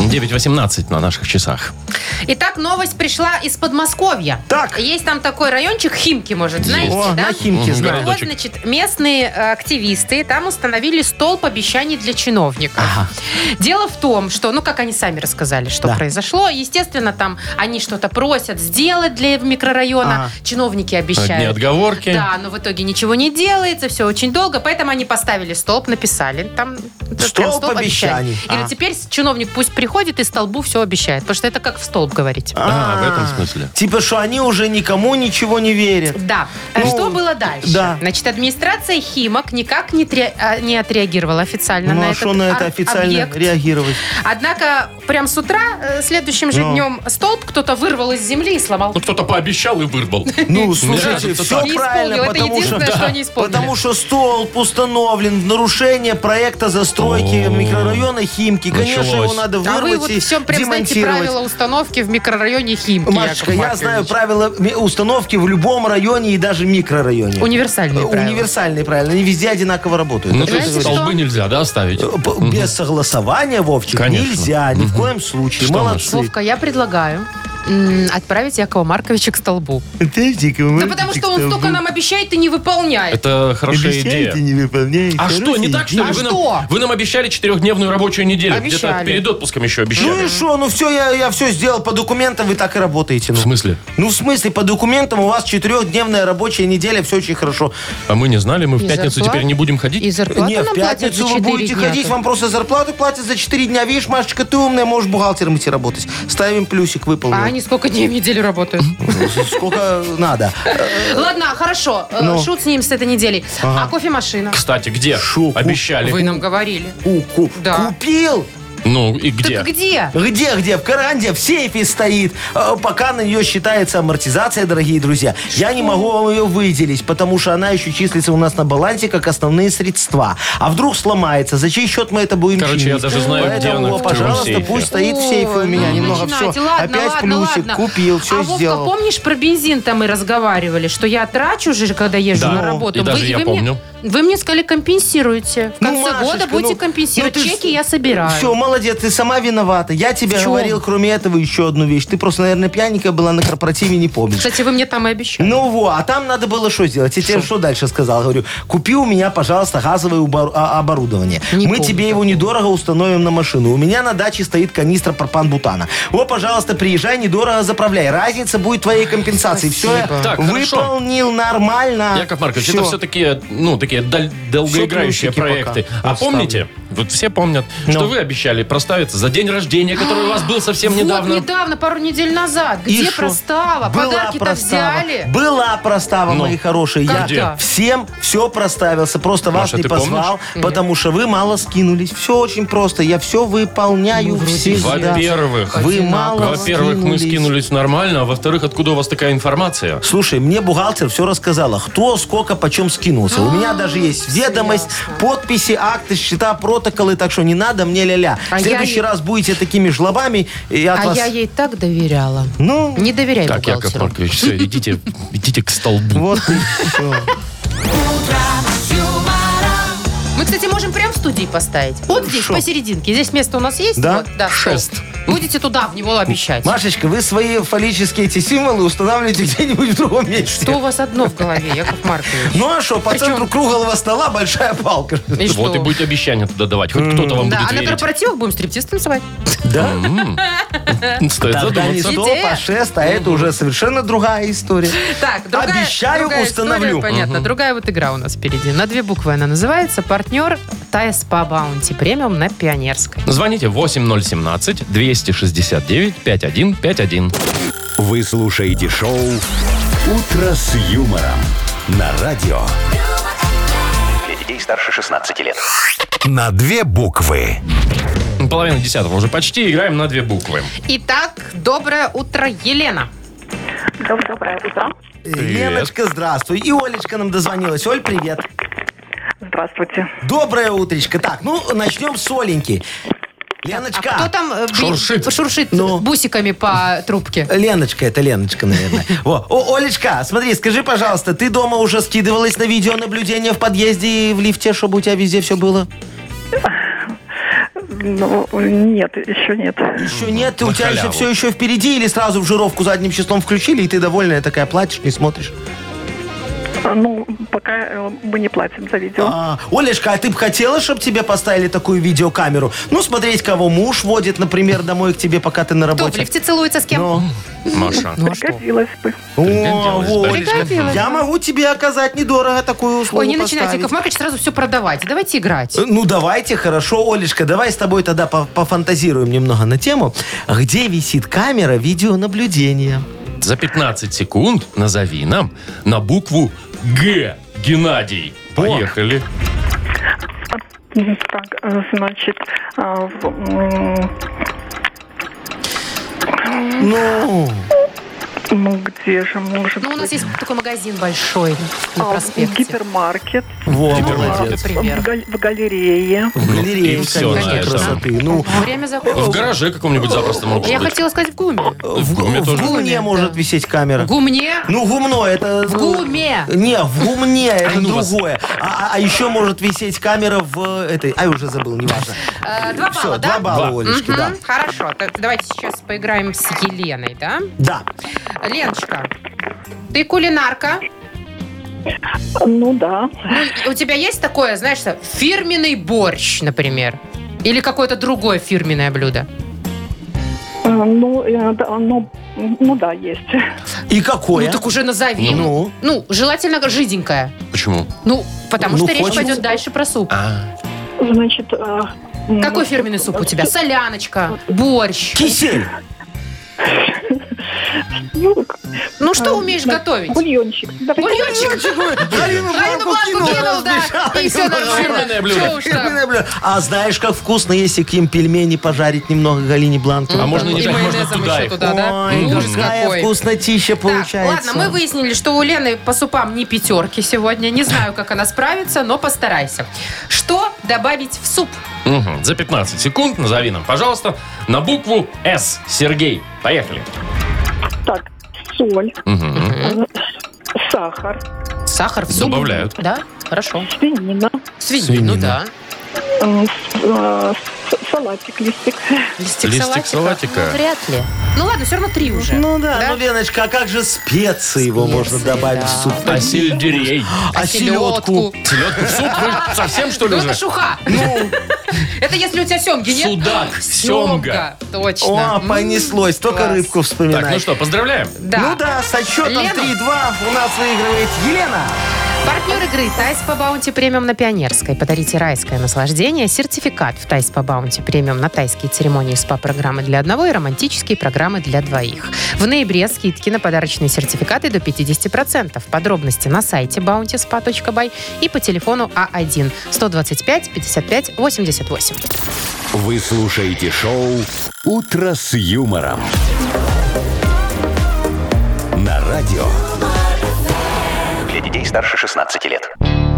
Speaker 4: 9.18 на наших часах.
Speaker 2: Итак, новость пришла из Подмосковья.
Speaker 3: Так.
Speaker 2: Есть там такой райончик, Химки, может, знаете,
Speaker 3: О,
Speaker 2: да?
Speaker 3: на Химки
Speaker 4: Мгм.
Speaker 3: знаю.
Speaker 2: Вот,
Speaker 4: городочек.
Speaker 2: значит, местные э, активисты там установили столб обещаний для чиновников. Дело в том, что, ну, как они сами рассказали, что
Speaker 3: Да.
Speaker 2: произошло, естественно, там они что-то просят сделать для микрорайона,
Speaker 3: Ага.
Speaker 2: чиновники
Speaker 4: Одни
Speaker 2: обещают.
Speaker 4: отговорки.
Speaker 2: Да, но в итоге ничего не делается, все очень долго, поэтому они поставили столб, написали там э, прям
Speaker 3: Столб обещаний.
Speaker 2: Или
Speaker 3: А.
Speaker 2: теперь чиновник пусть приходит и столбу все обещает, потому что это как в столб говорить.
Speaker 4: А, в этом смысле.
Speaker 3: Типа, что они уже никому ничего не верят.
Speaker 2: Да. А
Speaker 3: Ну,
Speaker 2: что было дальше?
Speaker 3: да.
Speaker 2: Значит, администрация Химок никак не, тре- а, не отреагировала официально
Speaker 3: Ну,
Speaker 2: на
Speaker 3: а
Speaker 2: этот
Speaker 3: что на это
Speaker 2: ар-
Speaker 3: официально
Speaker 2: объект.
Speaker 3: реагировать?
Speaker 2: Однако, прям с утра, э, следующим же
Speaker 3: Ну.
Speaker 2: днем, столб кто-то вырвал из земли и сломал.
Speaker 4: Ну, кто-то пообещал и вырвал.
Speaker 3: Ну,
Speaker 4: Мне
Speaker 3: слушайте,
Speaker 4: кажется,
Speaker 3: все
Speaker 4: так.
Speaker 2: Не
Speaker 3: правильно,
Speaker 2: исполнил. Это
Speaker 3: потому что...
Speaker 2: единственное, что они исполнили.
Speaker 3: Потому что столб установлен в нарушение проекта застройки
Speaker 4: О.
Speaker 3: микрорайона Химки. Конечно, его
Speaker 4: Началось.
Speaker 3: надо
Speaker 2: А вы
Speaker 3: вырвать
Speaker 2: вот
Speaker 3: и
Speaker 2: все прям знаете
Speaker 3: демонтировать.
Speaker 2: правила установки в микрорайоне Химки.
Speaker 3: Машечка,
Speaker 2: Яков
Speaker 3: я знаю
Speaker 2: Маркович.
Speaker 3: правила ми- установки в любом районе и даже микрорайоне.
Speaker 2: Универсальные
Speaker 3: Э,
Speaker 2: правила.
Speaker 3: Универсальные правила. Они везде одинаково работают.
Speaker 4: Ну,
Speaker 3: Это
Speaker 4: то есть
Speaker 2: Знаете что?
Speaker 4: столбы нельзя, да, оставить?
Speaker 3: Э, п- Без согласования, Вовчик,
Speaker 4: Конечно.
Speaker 3: нельзя. Ни в коем случае.
Speaker 4: Что,
Speaker 3: Молодцы.
Speaker 2: Вовка, я предлагаю м, отправить Якова Марковича к столбу. Да потому что он столько нам обещает и не выполняет.
Speaker 4: Это хорошая идея.
Speaker 3: не выполняет.
Speaker 4: А что, не так, что ли?
Speaker 2: А
Speaker 4: вы,
Speaker 2: что?
Speaker 4: Нам, вы нам обещали четырехдневную рабочую неделю. Где-то
Speaker 2: Обещали.
Speaker 4: перед отпуском еще
Speaker 3: Ну
Speaker 4: обещали.
Speaker 3: и что, ну все, я, я все сделал по документам, вы так и работаете.
Speaker 4: В
Speaker 3: Ну.
Speaker 4: смысле?
Speaker 3: Ну, в смысле, по документам у вас четырехдневная рабочая неделя, все очень хорошо.
Speaker 4: А мы не знали, мы в
Speaker 2: И
Speaker 4: пятницу
Speaker 2: зарплата-
Speaker 4: теперь не будем
Speaker 2: И
Speaker 4: ходить?
Speaker 2: зарплату
Speaker 3: Не, в
Speaker 2: Ну, а нам платят за
Speaker 3: пятницу вы
Speaker 2: 4
Speaker 3: будете
Speaker 2: дня.
Speaker 3: ходить, вам просто зарплату платят за 4 дня. Видишь, Машечка, ты умная, можешь бухгалтером идти работать. Ставим плюсик, выполнил.
Speaker 2: А они сколько дней в неделю работают?
Speaker 3: Сколько надо.
Speaker 2: Ладно, хорошо. э,
Speaker 3: Ну.
Speaker 2: Шут с ним с этой недели. А кофемашина?
Speaker 4: Кстати, где?
Speaker 3: Шоку.
Speaker 4: Обещали.
Speaker 2: Вы нам говорили.
Speaker 3: Ку- ку-
Speaker 2: Да.
Speaker 3: Купил?
Speaker 4: Ну, и где?
Speaker 2: Так где?
Speaker 3: Где, где? В Каранде, в сейфе стоит. А, Пока на нее считается амортизация, дорогие друзья. Я не могу вам ее выделить, потому что она еще числится у нас на балансе как основные средства. А вдруг сломается? За чей счет мы это будем
Speaker 4: Короче, я
Speaker 3: чинить?
Speaker 4: даже знаю, где
Speaker 3: Поэтому,
Speaker 4: она, в твоем
Speaker 3: пожалуйста,
Speaker 4: сейфе.
Speaker 3: пусть стоит в сейфе у меня
Speaker 2: Ой, ну
Speaker 3: немного. Все,
Speaker 2: начинайте. Ладно,
Speaker 3: опять
Speaker 2: ладно,
Speaker 3: плюсик.
Speaker 2: ладно.
Speaker 3: Купил,
Speaker 2: а
Speaker 3: все
Speaker 2: Вовка,
Speaker 3: сделал.
Speaker 2: помнишь, про бензин там мы разговаривали, что я трачу же, когда езжу
Speaker 4: Да.
Speaker 2: на работу.
Speaker 4: И даже я
Speaker 2: вы
Speaker 4: помню.
Speaker 2: Мне, вы мне сказали, компенсируйте.
Speaker 3: Ну,
Speaker 2: В конце года будете компенсировать. Чеки я собираю.
Speaker 3: Все, молодец, ты сама виновата. Я тебе
Speaker 2: В чем?
Speaker 3: говорил, кроме этого, еще одну вещь. Ты просто, наверное, пьяненькая была на корпоративе, не помнишь.
Speaker 2: Кстати, вы мне там и обещали.
Speaker 3: Ну вот, а там надо было что сделать? Я тебе что дальше сказал? Говорю, купи у меня, пожалуйста, газовое убор- а- оборудование.
Speaker 2: Не
Speaker 3: Мы
Speaker 2: помню
Speaker 3: тебе его недорого установим на машину. У меня на даче стоит канистра пропан-бутана. О, пожалуйста, приезжай, недорого заправляй. Разница будет твоей компенсации. Все, я
Speaker 4: Так, хорошо.
Speaker 3: выполнил
Speaker 2: А,
Speaker 3: нормально.
Speaker 4: Яков Маркович,
Speaker 3: Всё.
Speaker 4: это все такие, ну, такие дол- долгоиграющие
Speaker 3: Все плюсики
Speaker 4: проекты.
Speaker 3: пока.
Speaker 4: А
Speaker 3: Оставлю.
Speaker 4: помните, вот все помнят,
Speaker 2: Ну.
Speaker 4: что вы обещали проставиться за день рождения, который у вас был совсем
Speaker 2: вот
Speaker 4: недавно.
Speaker 2: недавно, пару недель назад.
Speaker 3: И
Speaker 2: Где
Speaker 3: шо?
Speaker 2: простава?
Speaker 3: Была
Speaker 2: Подарки-то
Speaker 3: простава.
Speaker 2: взяли. А
Speaker 3: Была простава,
Speaker 4: Ну,
Speaker 3: мои хорошие. Я
Speaker 2: когда?
Speaker 3: всем все проставился. Просто вас
Speaker 4: Маша,
Speaker 3: не
Speaker 4: ты
Speaker 3: позвал, потому что вы мало скинулись. Все очень просто. Я все выполняю всегда.
Speaker 4: Во-первых,
Speaker 3: Вы
Speaker 2: Ну, Одинаково.
Speaker 3: мало
Speaker 4: Во-первых, мы скинулись нормально, а во-вторых, откуда у вас такая информация?
Speaker 3: Слушай, мне бухгалтер все рассказала. Кто, сколько, почем скинулся. У
Speaker 2: А,
Speaker 3: меня даже есть ведомость, подписи, акты, счета, протоколы. Так что не надо мне ля-ля.
Speaker 2: А
Speaker 3: В следующий
Speaker 2: я-
Speaker 3: раз будете такими жлобами. И от
Speaker 2: А
Speaker 3: вас...
Speaker 2: я ей так доверяла.
Speaker 3: Ну,
Speaker 2: Не доверяй
Speaker 4: Так, Яков
Speaker 2: бухгалтеру.
Speaker 4: Маркович, все, идите, идите к столбу.
Speaker 3: вот и все.
Speaker 2: Мы, кстати, можем прям в студии поставить. Вот здесь, посерединке. Здесь место у нас есть?
Speaker 3: Да?
Speaker 2: Вот, да стол.
Speaker 4: Шест.
Speaker 2: Будете туда в него обещать.
Speaker 3: Машечка, вы свои фаллические эти символы устанавливаете где-нибудь в другом месте.
Speaker 2: Что у вас одно в голове, Яков Маркович?
Speaker 3: Ну а что, по
Speaker 2: Причем-
Speaker 3: центру круглого стола большая палка.
Speaker 2: И что?
Speaker 4: Вот и будете обещания туда давать, хоть кто-то вам
Speaker 2: Да, а
Speaker 4: будет
Speaker 2: на
Speaker 4: верить.
Speaker 2: корпоративах будем стриптиз танцевать.
Speaker 3: Да?
Speaker 4: Стоит
Speaker 3: Тогда не
Speaker 4: задуматься.
Speaker 3: сто,
Speaker 2: Идея.
Speaker 3: а шест, а это уже совершенно другая история.
Speaker 2: Так, другая,
Speaker 3: Обещаю,
Speaker 2: другая история,
Speaker 3: установлю.
Speaker 2: понятно. Другая вот игра у нас впереди. На две буквы она называется. Партнер стая спа Баунти премиум на Пионерской.
Speaker 4: Звоните 8017-269-5151.
Speaker 1: Вы слушаете шоу «Утро с юмором» на радио.
Speaker 5: Для детей старше 16 лет.
Speaker 1: На две буквы.
Speaker 4: Половина десятого уже почти. Играем на две буквы.
Speaker 2: Итак, доброе утро, Елена.
Speaker 6: Доброе утро.
Speaker 4: Привет.
Speaker 3: Леночка, здравствуй. И Олечка нам дозвонилась. Оль, привет.
Speaker 6: Здравствуйте.
Speaker 3: Доброе утречко. Так, ну, начнем с Оленьки. Леночка.
Speaker 2: Кто там э, бли-
Speaker 4: Шуршит.
Speaker 2: шуршит
Speaker 3: Ну. Э,
Speaker 2: бусиками по трубке?
Speaker 3: Леночка, это Леночка, наверное. Во. О, Олечка, смотри, скажи, пожалуйста, ты дома уже скидывалась на видеонаблюдение в подъезде и в лифте, чтобы у тебя везде все было?
Speaker 6: Ну, нет, еще нет.
Speaker 3: Еще нет, у
Speaker 4: На
Speaker 3: тебя еще
Speaker 4: халяву.
Speaker 3: все еще впереди, или сразу в жировку задним числом включили, и ты довольная такая платишь, не смотришь.
Speaker 6: Ну, пока э, мы не платим за видео.
Speaker 3: А, Олешка, а ты бы хотела, чтобы тебе поставили такую видеокамеру? Ну, смотреть, кого муж водит, например, домой к тебе, пока ты на
Speaker 2: Кто в
Speaker 3: работе.
Speaker 2: лифте целуется с кем?
Speaker 3: Ну,
Speaker 4: Маша.
Speaker 2: Ну, а что?
Speaker 6: Пригодилось бы.
Speaker 3: о,
Speaker 4: Пригодилось, да.
Speaker 3: Олечка,
Speaker 2: Пригодилось,
Speaker 3: я
Speaker 2: да.
Speaker 3: могу тебе оказать недорого такую услугу
Speaker 2: Ой, не начинайте,
Speaker 3: поставить.
Speaker 2: Яков Маркович, сразу все продавать. Давайте играть.
Speaker 3: Э, Ну, давайте, хорошо, Олечка, давай с тобой тогда по- пофантазируем немного на тему, где висит камера видеонаблюдения.
Speaker 4: За 15 секунд назови нам на букву Г. Геннадий. Поехали.
Speaker 6: М, Так, э, значит, а, в- м,
Speaker 3: Ну,
Speaker 6: ну где же может
Speaker 2: Ну, у нас
Speaker 6: быть?
Speaker 2: есть такой магазин большой на
Speaker 6: А,
Speaker 2: проспекте.
Speaker 6: гипермаркет,
Speaker 3: вот, молодец.
Speaker 6: в,
Speaker 2: Например.
Speaker 6: гал- в галерее.
Speaker 3: В
Speaker 4: и
Speaker 3: галерее,
Speaker 4: всё
Speaker 3: конечно,
Speaker 4: на этом.
Speaker 3: красоты. Ну,
Speaker 2: Время
Speaker 4: В
Speaker 2: закончилось.
Speaker 4: гараже каком-нибудь запросто может
Speaker 2: Я
Speaker 4: быть.
Speaker 2: хотела сказать в гуме.
Speaker 3: в, в
Speaker 4: гуме тоже.
Speaker 3: гумне
Speaker 2: Да.
Speaker 3: может висеть камера.
Speaker 2: Гумне?
Speaker 3: Ну, гумно, это...
Speaker 2: В гуме.
Speaker 3: Не, в гумне, это
Speaker 4: ну вас.
Speaker 3: другое. А, а- а еще может висеть камера в этой... Ай, уже забыл, неважно.
Speaker 2: Э, Два
Speaker 3: Все,
Speaker 2: балла,
Speaker 3: два
Speaker 2: да?
Speaker 3: балла
Speaker 4: Два.
Speaker 3: Олечки, да.
Speaker 2: Мгм, Хорошо, так давайте сейчас поиграем с Еленой, да?
Speaker 3: Да.
Speaker 2: Леночка, ты кулинарка.
Speaker 6: Ну да.
Speaker 2: У тебя есть такое, знаешь, что фирменный борщ, например? Или какое-то другое фирменное блюдо?
Speaker 6: Э, Ну, э, да, ну, ну да, есть.
Speaker 3: И какое?
Speaker 4: а?
Speaker 2: Ну, так уже назови.
Speaker 3: Ну.
Speaker 2: Ну, желательно жиденькое.
Speaker 4: Почему?
Speaker 2: Ну, потому
Speaker 3: Ну,
Speaker 2: что речь
Speaker 3: хочется.
Speaker 2: пойдет дальше про суп.
Speaker 4: А,
Speaker 6: Значит, э, м,
Speaker 2: Какой фирменный суп у тебя? Соляночка, борщ.
Speaker 3: Кисель.
Speaker 6: ну,
Speaker 2: Ну, что умеешь готовить?
Speaker 6: бульончик. Давайте
Speaker 2: Бульончик.
Speaker 3: Галину
Speaker 2: Галину
Speaker 3: Бланку
Speaker 2: Бланку
Speaker 3: кинул,
Speaker 2: кинул, да,
Speaker 3: разбежала,
Speaker 2: и все
Speaker 3: кинула.
Speaker 2: нормально.
Speaker 4: Фирменное блюдо.
Speaker 2: Чё уж там.
Speaker 3: Фирменное блюдо. А знаешь, как вкусно, если к ним пельмени пожарить немного Галине Бланку?
Speaker 4: А можно не
Speaker 2: И
Speaker 4: жать, можно
Speaker 2: майонезом
Speaker 4: туда
Speaker 2: еще
Speaker 4: их.
Speaker 2: туда, да?
Speaker 3: Ой,
Speaker 2: Ужас
Speaker 3: какая
Speaker 2: какой.
Speaker 3: вкуснотища
Speaker 2: Так,
Speaker 3: получается.
Speaker 2: ладно, мы выяснили, что у Лены по супам не пятерки сегодня. Не знаю, как она справится, но постарайся. Что добавить в суп?
Speaker 4: мгм. За 15 секунд назови нам, пожалуйста, на букву С. Сергей. Поехали.
Speaker 6: Так, соль,
Speaker 4: Мгм.
Speaker 6: э, сахар,
Speaker 2: Сахар в суп?
Speaker 4: Добавляют.
Speaker 2: Да, хорошо.
Speaker 6: свинина,
Speaker 2: Свинину, Ну да.
Speaker 6: э, с- э, с- салатик, листик.
Speaker 2: Листик,
Speaker 4: Листик
Speaker 2: салатика.
Speaker 4: салатика.
Speaker 2: Ну, вряд ли. Ну ладно, все равно три уже.
Speaker 3: Ну да,
Speaker 2: Да?
Speaker 3: ну, Леночка, а как же специи его
Speaker 2: Специи,
Speaker 3: можно добавить
Speaker 2: да.
Speaker 3: в суп?
Speaker 4: А сельдерей?
Speaker 3: А
Speaker 2: селедку?
Speaker 3: селедку?
Speaker 4: Селедку в суп? Вы совсем, что ли,
Speaker 2: Ну, это
Speaker 4: уже?
Speaker 2: шуха. Это если у тебя семги нет?
Speaker 4: Судак, семга.
Speaker 2: Семга, точно.
Speaker 3: О,
Speaker 2: М,
Speaker 3: понеслось, только
Speaker 2: класс.
Speaker 3: рыбку вспоминай.
Speaker 4: Так, ну что, поздравляем.
Speaker 2: Да.
Speaker 3: Ну да, со счетом
Speaker 2: Лена.
Speaker 3: 3-2 у нас выигрывает Елена.
Speaker 2: Партнер игры «Тайс по баунти премиум» на Пионерской. Подарите райское наслаждение, сертификат в «Тайс по баунти премиум» на тайские церемонии СПА-программы для одного и романтические программы для двоих. В ноябре скидки на подарочные сертификаты до 50%. Подробности на сайте bountyspa.by и по телефону А А1 125 55 88.
Speaker 1: Вы слушаете шоу «Утро с юмором». На радио.
Speaker 5: Для детей старше 16 лет.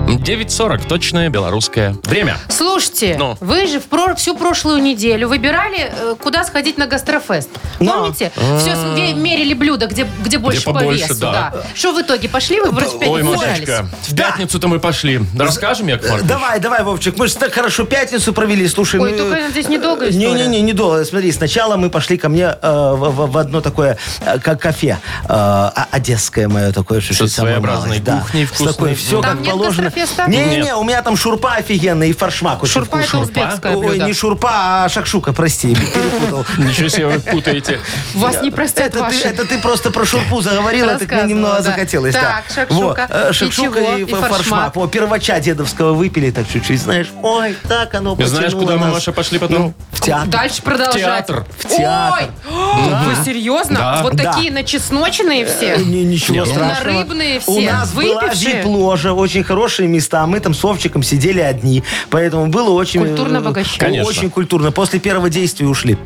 Speaker 4: 9.40, точное белорусское время.
Speaker 2: Слушайте,
Speaker 4: Ну?
Speaker 2: вы же в про- всю прошлую неделю выбирали, э, куда сходить на гастрофест.
Speaker 3: Да.
Speaker 2: Помните? Все мерили блюда, где, где больше
Speaker 4: А. побольше,
Speaker 2: по весу.
Speaker 4: да.
Speaker 2: да. Что в итоге? Пошли вы вроде в
Speaker 4: Ой,
Speaker 2: пятницу
Speaker 4: Машечка,
Speaker 2: собирались?
Speaker 4: в пятницу-то мы пошли. Расскажем, Яков Маркович?
Speaker 3: Давай, давай, Вовчик, мы же так хорошо пятницу провели, слушай.
Speaker 2: Ой,
Speaker 3: ну,
Speaker 2: только здесь недолго история.
Speaker 3: Не-не-не, недолго. Смотри, сначала мы пошли ко мне э, в, в- в одно такое э, ка- кафе э, а- одесское мое такое.
Speaker 4: Что-то
Speaker 3: самое малое,
Speaker 4: своеобразной
Speaker 3: да.
Speaker 4: кухней
Speaker 3: С такой
Speaker 4: вкусной.
Speaker 3: все
Speaker 2: Там
Speaker 3: как
Speaker 2: нет
Speaker 3: положено.
Speaker 2: феста?
Speaker 3: Не-не-не,
Speaker 4: Нет.
Speaker 3: у меня там шурпа офигенная и фаршмак очень
Speaker 2: Шурпа это
Speaker 3: вкусный.
Speaker 2: узбекское
Speaker 3: Ой,
Speaker 2: блюдо.
Speaker 3: не шурпа, а шакшука, прости, перепутал.
Speaker 4: Ничего себе вы путаете.
Speaker 2: Вас не простят
Speaker 3: Это ты,
Speaker 2: ваши.
Speaker 3: это ты просто про шурпу заговорила, так
Speaker 2: Рассказывала,
Speaker 3: мне немного
Speaker 2: да.
Speaker 3: захотелось.
Speaker 2: Так,
Speaker 3: да.
Speaker 2: шакшука.
Speaker 3: Во, э,
Speaker 2: И
Speaker 3: шакшука
Speaker 2: чего?
Speaker 3: и,
Speaker 2: И
Speaker 3: фа- фаршмак.
Speaker 2: фаршмак.
Speaker 3: Во, первача дедовского выпили так чуть-чуть, знаешь. Ой, так оно
Speaker 4: Ты знаешь,
Speaker 3: потянуло
Speaker 4: куда мы,
Speaker 3: нас. Ну,
Speaker 4: Маша, пошли потом?
Speaker 3: В театр.
Speaker 2: Дальше продолжать.
Speaker 4: театр.
Speaker 2: В театр. Ой! Вы серьезно?
Speaker 4: Да. Э,
Speaker 2: Вот
Speaker 3: Да.
Speaker 2: такие начесноченные все?
Speaker 3: Э, Не, ничего
Speaker 4: ну-
Speaker 3: страшного.
Speaker 2: На рыбные все,
Speaker 3: У нас была
Speaker 2: выпившие.
Speaker 3: вип-ложа, очень хорошие места. Мы там с Вовчиком сидели одни. Поэтому было очень...
Speaker 2: Культурно
Speaker 3: э,
Speaker 2: обогащенно.
Speaker 4: Конечно.
Speaker 3: Очень культурно. После первого действия ушли.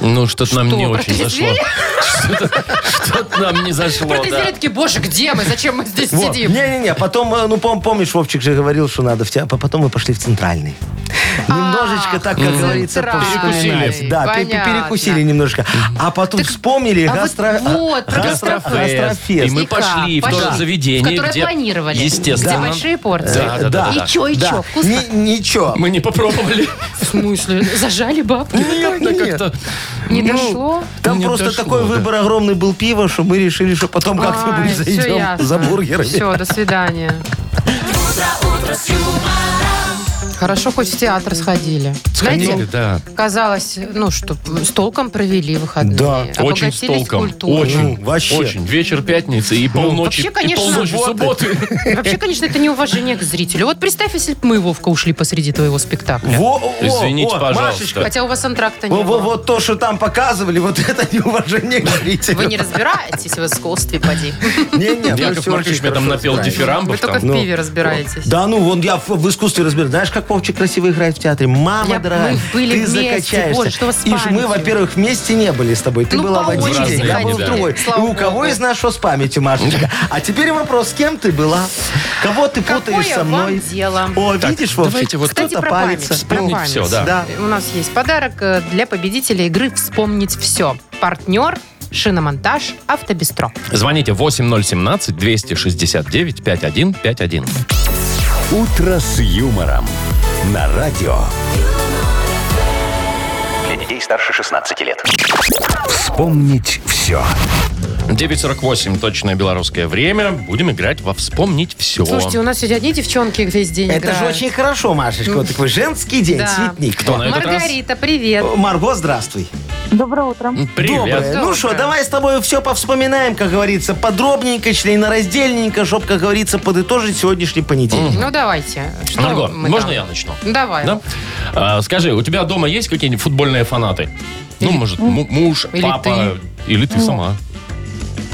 Speaker 4: Ну, что-то нам
Speaker 2: Что,
Speaker 4: не очень зашло.
Speaker 2: протрезвели?
Speaker 4: Что-то- Что-то нам не зашло,
Speaker 2: Протезеры
Speaker 4: да.
Speaker 2: такие, боже, где мы? Зачем мы здесь
Speaker 3: Вот.
Speaker 2: сидим?
Speaker 3: Не-не-не, потом, э, ну пом- помнишь, Вовчик же говорил, что надо в театр, а потом мы пошли в центральный. Немножечко так, как говорится,
Speaker 2: центральный.
Speaker 3: повспоминать. Да, пе- пе-
Speaker 2: Понятно.
Speaker 3: перекусили немножко. А потом вспомнили
Speaker 2: а вот-
Speaker 3: гастро-
Speaker 2: вот, про
Speaker 3: гастро-
Speaker 2: гастрофест.
Speaker 3: гастрофест.
Speaker 4: И мы
Speaker 2: И как?
Speaker 4: пошли в то
Speaker 2: Пошли.
Speaker 4: же заведение,
Speaker 2: В которое
Speaker 4: где...
Speaker 2: планировали.
Speaker 4: Естественно.
Speaker 2: Где большие порции.
Speaker 4: Да, да, да.
Speaker 3: Да.
Speaker 4: да.
Speaker 2: И чё, и
Speaker 3: Да.
Speaker 2: чё, вкусно?
Speaker 3: Ни- Ничего.
Speaker 4: Мы не попробовали.
Speaker 2: В смысле? Зажали бабки?
Speaker 4: Как-то-
Speaker 3: нет.
Speaker 4: как-то-
Speaker 2: Не
Speaker 3: Ну,
Speaker 2: дошло?
Speaker 3: Там
Speaker 4: Не
Speaker 3: просто
Speaker 4: дошло,
Speaker 3: такой
Speaker 4: да.
Speaker 3: выбор огромный был пива, что мы решили, что потом
Speaker 2: Ай,
Speaker 3: как-нибудь
Speaker 2: А, всё
Speaker 3: зайдем
Speaker 2: ясно.
Speaker 3: за бургерами.
Speaker 2: Все, до свидания. Хорошо, хоть в театр сходили.
Speaker 4: Сходили,
Speaker 2: Знаете,
Speaker 4: да.
Speaker 2: казалось, ну, что с толком провели выходные.
Speaker 3: Да.
Speaker 4: Очень
Speaker 2: Обогатились
Speaker 4: с толком.
Speaker 2: культурой.
Speaker 4: Очень.
Speaker 3: Ну, вообще. Ну,
Speaker 4: Очень. Вечер пятницы и полночи.
Speaker 2: вообще,
Speaker 4: и
Speaker 2: конечно,
Speaker 4: полночи
Speaker 3: субботы.
Speaker 4: субботы.
Speaker 2: Вообще, конечно, это неуважение к зрителю. Вот представь, если бы мы, Вовка, ушли посреди твоего спектакля.
Speaker 3: Во- о,
Speaker 4: Извините,
Speaker 3: о,
Speaker 4: пожалуйста.
Speaker 3: Машечка,
Speaker 2: Хотя у вас антракта не
Speaker 3: во- во-
Speaker 2: было.
Speaker 3: вот то, что там показывали, вот это неуважение к зрителю.
Speaker 2: Вы не разбираетесь в искусстве, поди.
Speaker 3: Не, ну не,
Speaker 4: Яков Маркович мне там напел
Speaker 2: Вы
Speaker 4: дифирамбов.
Speaker 2: только
Speaker 4: там.
Speaker 2: в пиве разбираетесь.
Speaker 3: ну, Да ну, вон я в, в искусстве разбираюсь. Знаешь, как Вовчик красиво играет в театре? Мама
Speaker 2: Я-
Speaker 3: дорогая,
Speaker 2: мы были
Speaker 3: ты
Speaker 2: вместе,
Speaker 3: закачаешься.
Speaker 2: Боже, что у вас с
Speaker 3: И ж мы,
Speaker 2: памятью?
Speaker 3: во-первых, вместе не были с тобой. Ты
Speaker 2: Ну,
Speaker 3: была
Speaker 2: по
Speaker 3: в один
Speaker 4: очереди
Speaker 3: день, я был в
Speaker 4: ходили.
Speaker 3: другой.
Speaker 2: Слава
Speaker 3: И у кого
Speaker 2: богу.
Speaker 3: из нас что с памятью, Машечка? А теперь вопрос, с кем ты была? Кого ты путаешь
Speaker 2: Какое
Speaker 3: со мной?
Speaker 2: вам дело?
Speaker 3: О, видишь,
Speaker 4: давайте
Speaker 3: Вовчик,
Speaker 4: вот-
Speaker 2: Кстати,
Speaker 3: кто-то
Speaker 2: про
Speaker 3: палится.
Speaker 2: память.
Speaker 4: Вспомнить
Speaker 2: Про память.
Speaker 4: все, да.
Speaker 3: Да.
Speaker 2: У нас есть подарок э, для победителя игры «Вспомнить все». Партнер «Шиномонтаж Автобестро».
Speaker 4: Звоните 8017-269-5151.
Speaker 1: «Утро с юмором» на радио.
Speaker 5: Для детей старше 16 лет.
Speaker 1: Вспомнить все.
Speaker 4: 9.48, точное белорусское время. Будем играть во «Вспомнить все».
Speaker 2: Слушайте, у нас сегодня одни девчонки весь день
Speaker 3: Это же
Speaker 2: играют.
Speaker 3: очень хорошо, Машечка. Вот такой женский день,
Speaker 2: Да.
Speaker 3: цветник.
Speaker 4: Кто на этот раз?
Speaker 2: Маргарита, привет.
Speaker 3: О, Марго, здравствуй.
Speaker 6: Доброе утро.
Speaker 4: Привет.
Speaker 3: Доброе. Ну что, давай с тобой все повспоминаем, как говорится, подробненько, членораздельненько, чтобы, как говорится, подытожить сегодняшний понедельник.
Speaker 2: Ну, давайте. Что
Speaker 4: Марго,
Speaker 2: мы
Speaker 4: можно
Speaker 2: там?
Speaker 4: я начну?
Speaker 2: Давай.
Speaker 4: Да? А, скажи, у тебя дома есть какие-нибудь футбольные фанаты? ну, может, му- муж,
Speaker 2: или
Speaker 4: папа, или
Speaker 3: Ну.
Speaker 4: ты сама.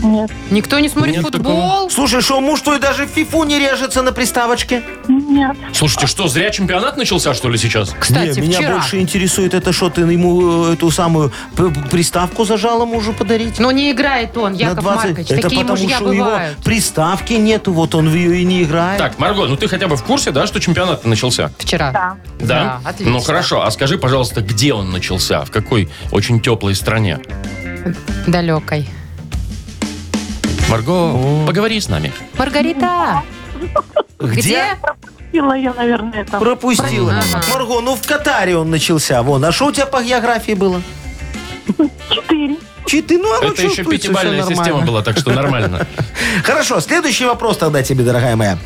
Speaker 6: Нет.
Speaker 2: Никто не смотрит
Speaker 4: Нет
Speaker 2: футбол?
Speaker 3: Слушай, что муж твой даже в фифу не режется на приставочке?
Speaker 6: Нет.
Speaker 4: Слушайте, что, зря чемпионат начался, что ли, сейчас?
Speaker 2: Кстати,
Speaker 3: не, меня
Speaker 2: вчера.
Speaker 3: больше интересует это, что ты ему э, эту самую п- приставку зажала мужу подарить.
Speaker 2: Но Ну, не играет он,
Speaker 3: на
Speaker 2: Яков
Speaker 3: 20.
Speaker 2: Маркович.
Speaker 3: это
Speaker 2: Такие
Speaker 3: потому,
Speaker 2: мужья
Speaker 3: что у
Speaker 2: бывают.
Speaker 3: него приставки нету, вот он в ее и не играет.
Speaker 4: Так, Марго, ну ты хотя бы в курсе, да, что чемпионат начался?
Speaker 2: Вчера.
Speaker 6: Да.
Speaker 4: Да?
Speaker 2: Да, отлично.
Speaker 4: Ну хорошо, а скажи, пожалуйста, где он начался? В какой очень теплой стране?
Speaker 2: Далекой.
Speaker 4: Марго, поговори с нами.
Speaker 2: Маргарита! Где?
Speaker 6: Пила я, наверное, там.
Speaker 3: Пропустила.
Speaker 2: Ага.
Speaker 3: Марго, ну в Катаре он начался. Вон, а что у тебя по географии было?
Speaker 6: Четыре.
Speaker 3: Читы, ну оно
Speaker 4: Это еще
Speaker 3: чувствуется, всё
Speaker 4: пятибальная система
Speaker 3: нормально.
Speaker 4: была, так что нормально.
Speaker 3: Хорошо, следующий вопрос тогда тебе, дорогая моя.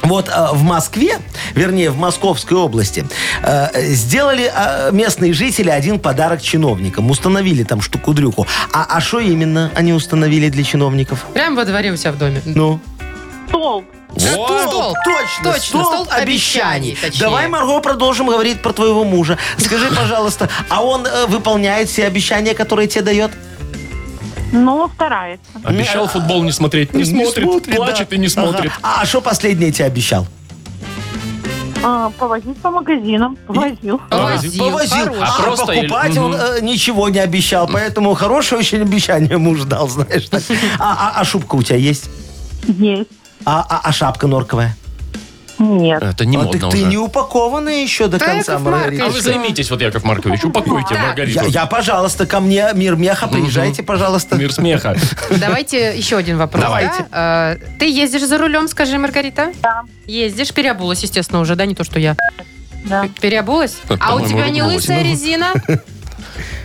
Speaker 3: Вот э, в Москве, вернее, в Московской области, э, сделали э, местные жители один подарок чиновникам. Установили там штуку-дрюку. А что именно они установили для чиновников?
Speaker 2: Прямо во дворе у себя в доме.
Speaker 3: Ну?
Speaker 6: Стол.
Speaker 4: Э,
Speaker 3: Стол, точно,
Speaker 2: Точно,
Speaker 3: стол,
Speaker 2: стол обещаний,
Speaker 3: обещаний.
Speaker 2: точнее.
Speaker 3: Давай, Марго, продолжим говорить про твоего мужа. Скажи, пожалуйста, а он э, выполняет все обещания, которые тебе дает?
Speaker 6: Ну, старается.
Speaker 4: Обещал футбол не смотреть. Не смотрит, плачет
Speaker 3: да.
Speaker 4: и не
Speaker 3: Ага.
Speaker 4: смотрит.
Speaker 3: А что последнее тебе обещал?
Speaker 6: А, повозить по магазинам. Возил.
Speaker 2: Повозил.
Speaker 3: Повозил.
Speaker 2: Хороший.
Speaker 4: А
Speaker 3: А
Speaker 4: просто
Speaker 3: покупать
Speaker 4: или-
Speaker 3: он
Speaker 4: Мгм.
Speaker 3: э, ничего не обещал, поэтому хорошее очень обещание муж дал, знаешь. так. А, а- а шубка у тебя есть?
Speaker 6: Есть.
Speaker 3: А, а- а шапка норковая?
Speaker 6: Нет.
Speaker 4: Это не
Speaker 3: А,
Speaker 4: модно
Speaker 3: так ты не
Speaker 4: уже.
Speaker 3: упакованная еще до
Speaker 2: Да,
Speaker 3: конца,
Speaker 2: Яков Маркович,
Speaker 3: Маргарита.
Speaker 4: А вы займитесь, вот, Яков Маркович, упакуйте
Speaker 2: Да.
Speaker 3: Я,
Speaker 4: Маргариту.
Speaker 3: я, пожалуйста, ко мне, мир меха, приезжайте, пожалуйста.
Speaker 4: Мир смеха.
Speaker 2: Давайте еще один вопрос.
Speaker 3: Давайте.
Speaker 2: да? Э, Ты ездишь за рулем, скажи, Маргарита? Да. Ездишь, переобулась, естественно, уже, да, не то, что я.
Speaker 6: Да.
Speaker 2: Переобулась?
Speaker 4: Э,
Speaker 2: А у
Speaker 4: по-моему,
Speaker 2: тебя не
Speaker 4: ругнулась.
Speaker 2: лысая резина?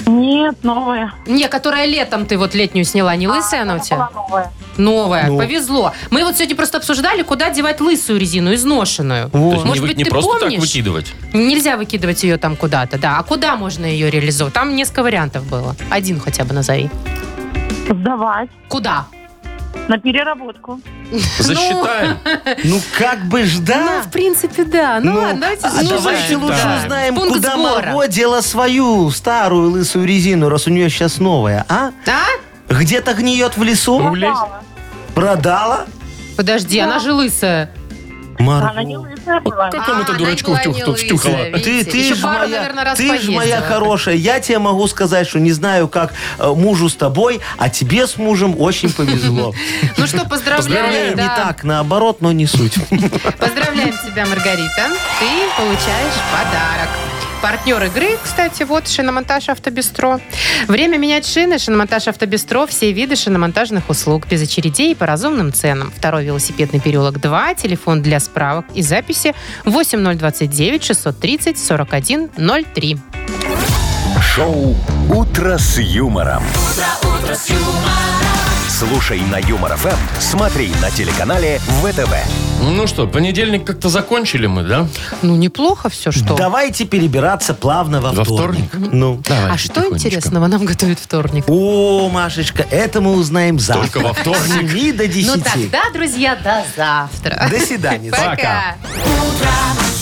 Speaker 6: Нет, новая.
Speaker 2: Не, которая летом ты вот летнюю сняла, не лысая она у тебя?
Speaker 6: Была новая.
Speaker 2: Новая.
Speaker 3: Ну.
Speaker 2: Повезло. Мы вот сегодня просто обсуждали, куда девать лысую резину, изношенную.
Speaker 4: То есть не
Speaker 2: Может
Speaker 4: вы-
Speaker 2: быть,
Speaker 4: не
Speaker 2: ты
Speaker 4: просто так
Speaker 2: помнишь?
Speaker 4: выкидывать.
Speaker 2: Нельзя выкидывать ее там куда-то, да. А куда можно ее реализовать? Там несколько вариантов было. Один хотя бы назови.
Speaker 6: Сдавать
Speaker 2: Куда?
Speaker 6: на переработку.
Speaker 4: Засчитаем.
Speaker 3: Ну, как бы
Speaker 2: Ну,
Speaker 3: жда.
Speaker 2: в принципе, да. Ну, ладно, давайте
Speaker 3: а
Speaker 2: засчитаем.
Speaker 3: давайте лучше
Speaker 4: Да.
Speaker 3: узнаем,
Speaker 2: Пункт
Speaker 3: куда
Speaker 2: сбора.
Speaker 3: Марго дела свою старую лысую резину, раз у нее сейчас новая, а?
Speaker 2: А?
Speaker 3: Где-то гниет в лесу?
Speaker 4: Улей.
Speaker 3: Продала?
Speaker 2: Подожди, она же лысая.
Speaker 6: Она не
Speaker 3: Марго.
Speaker 6: лысая была.
Speaker 4: Какому-то
Speaker 2: А,
Speaker 4: дурачку
Speaker 2: она и была
Speaker 4: втюх-
Speaker 2: не
Speaker 4: втюхала.
Speaker 2: лысая, видите?
Speaker 3: Ты, ты
Speaker 2: Еще
Speaker 3: ж
Speaker 2: пару,
Speaker 3: моя,
Speaker 2: наверное, раз
Speaker 3: ты ж моя
Speaker 2: поездила.
Speaker 3: хорошая. Я тебе могу сказать, что не знаю, как э, мужу с тобой, а тебе с мужем очень повезло.
Speaker 2: Ну что,
Speaker 3: Не,
Speaker 2: поздравляем,
Speaker 3: не
Speaker 2: да.
Speaker 3: так, наоборот, но не суть.
Speaker 2: Поздравляем тебя, Маргарита. Ты получаешь подарок. Партнер игры, кстати, вот шиномонтаж «Автобестро». Время менять шины. Шиномонтаж «Автобестро». Все виды шиномонтажных услуг без очередей и по разумным ценам. Второй велосипедный переулок 2. Телефон для справок и записи 8029 630 4103.
Speaker 1: Шоу «Утро с юмором». Слушай на Юмор ФМ, смотри на телеканале ВТВ.
Speaker 4: Ну что, понедельник как-то закончили мы, да?
Speaker 2: Ну, неплохо все, что.
Speaker 3: Давайте перебираться плавно во,
Speaker 4: Во
Speaker 3: вторник.
Speaker 4: вторник?
Speaker 3: Ну.
Speaker 4: Давайте
Speaker 2: а что
Speaker 4: тихонечко.
Speaker 2: интересного нам готовит вторник?
Speaker 3: О, Машечка, это мы узнаем завтра.
Speaker 4: Только во
Speaker 3: С
Speaker 4: вторник.
Speaker 3: 7 до 10.
Speaker 2: Ну тогда, друзья, до завтра.
Speaker 3: До свидания.
Speaker 4: Пока.
Speaker 2: Пока.
Speaker 8: Утро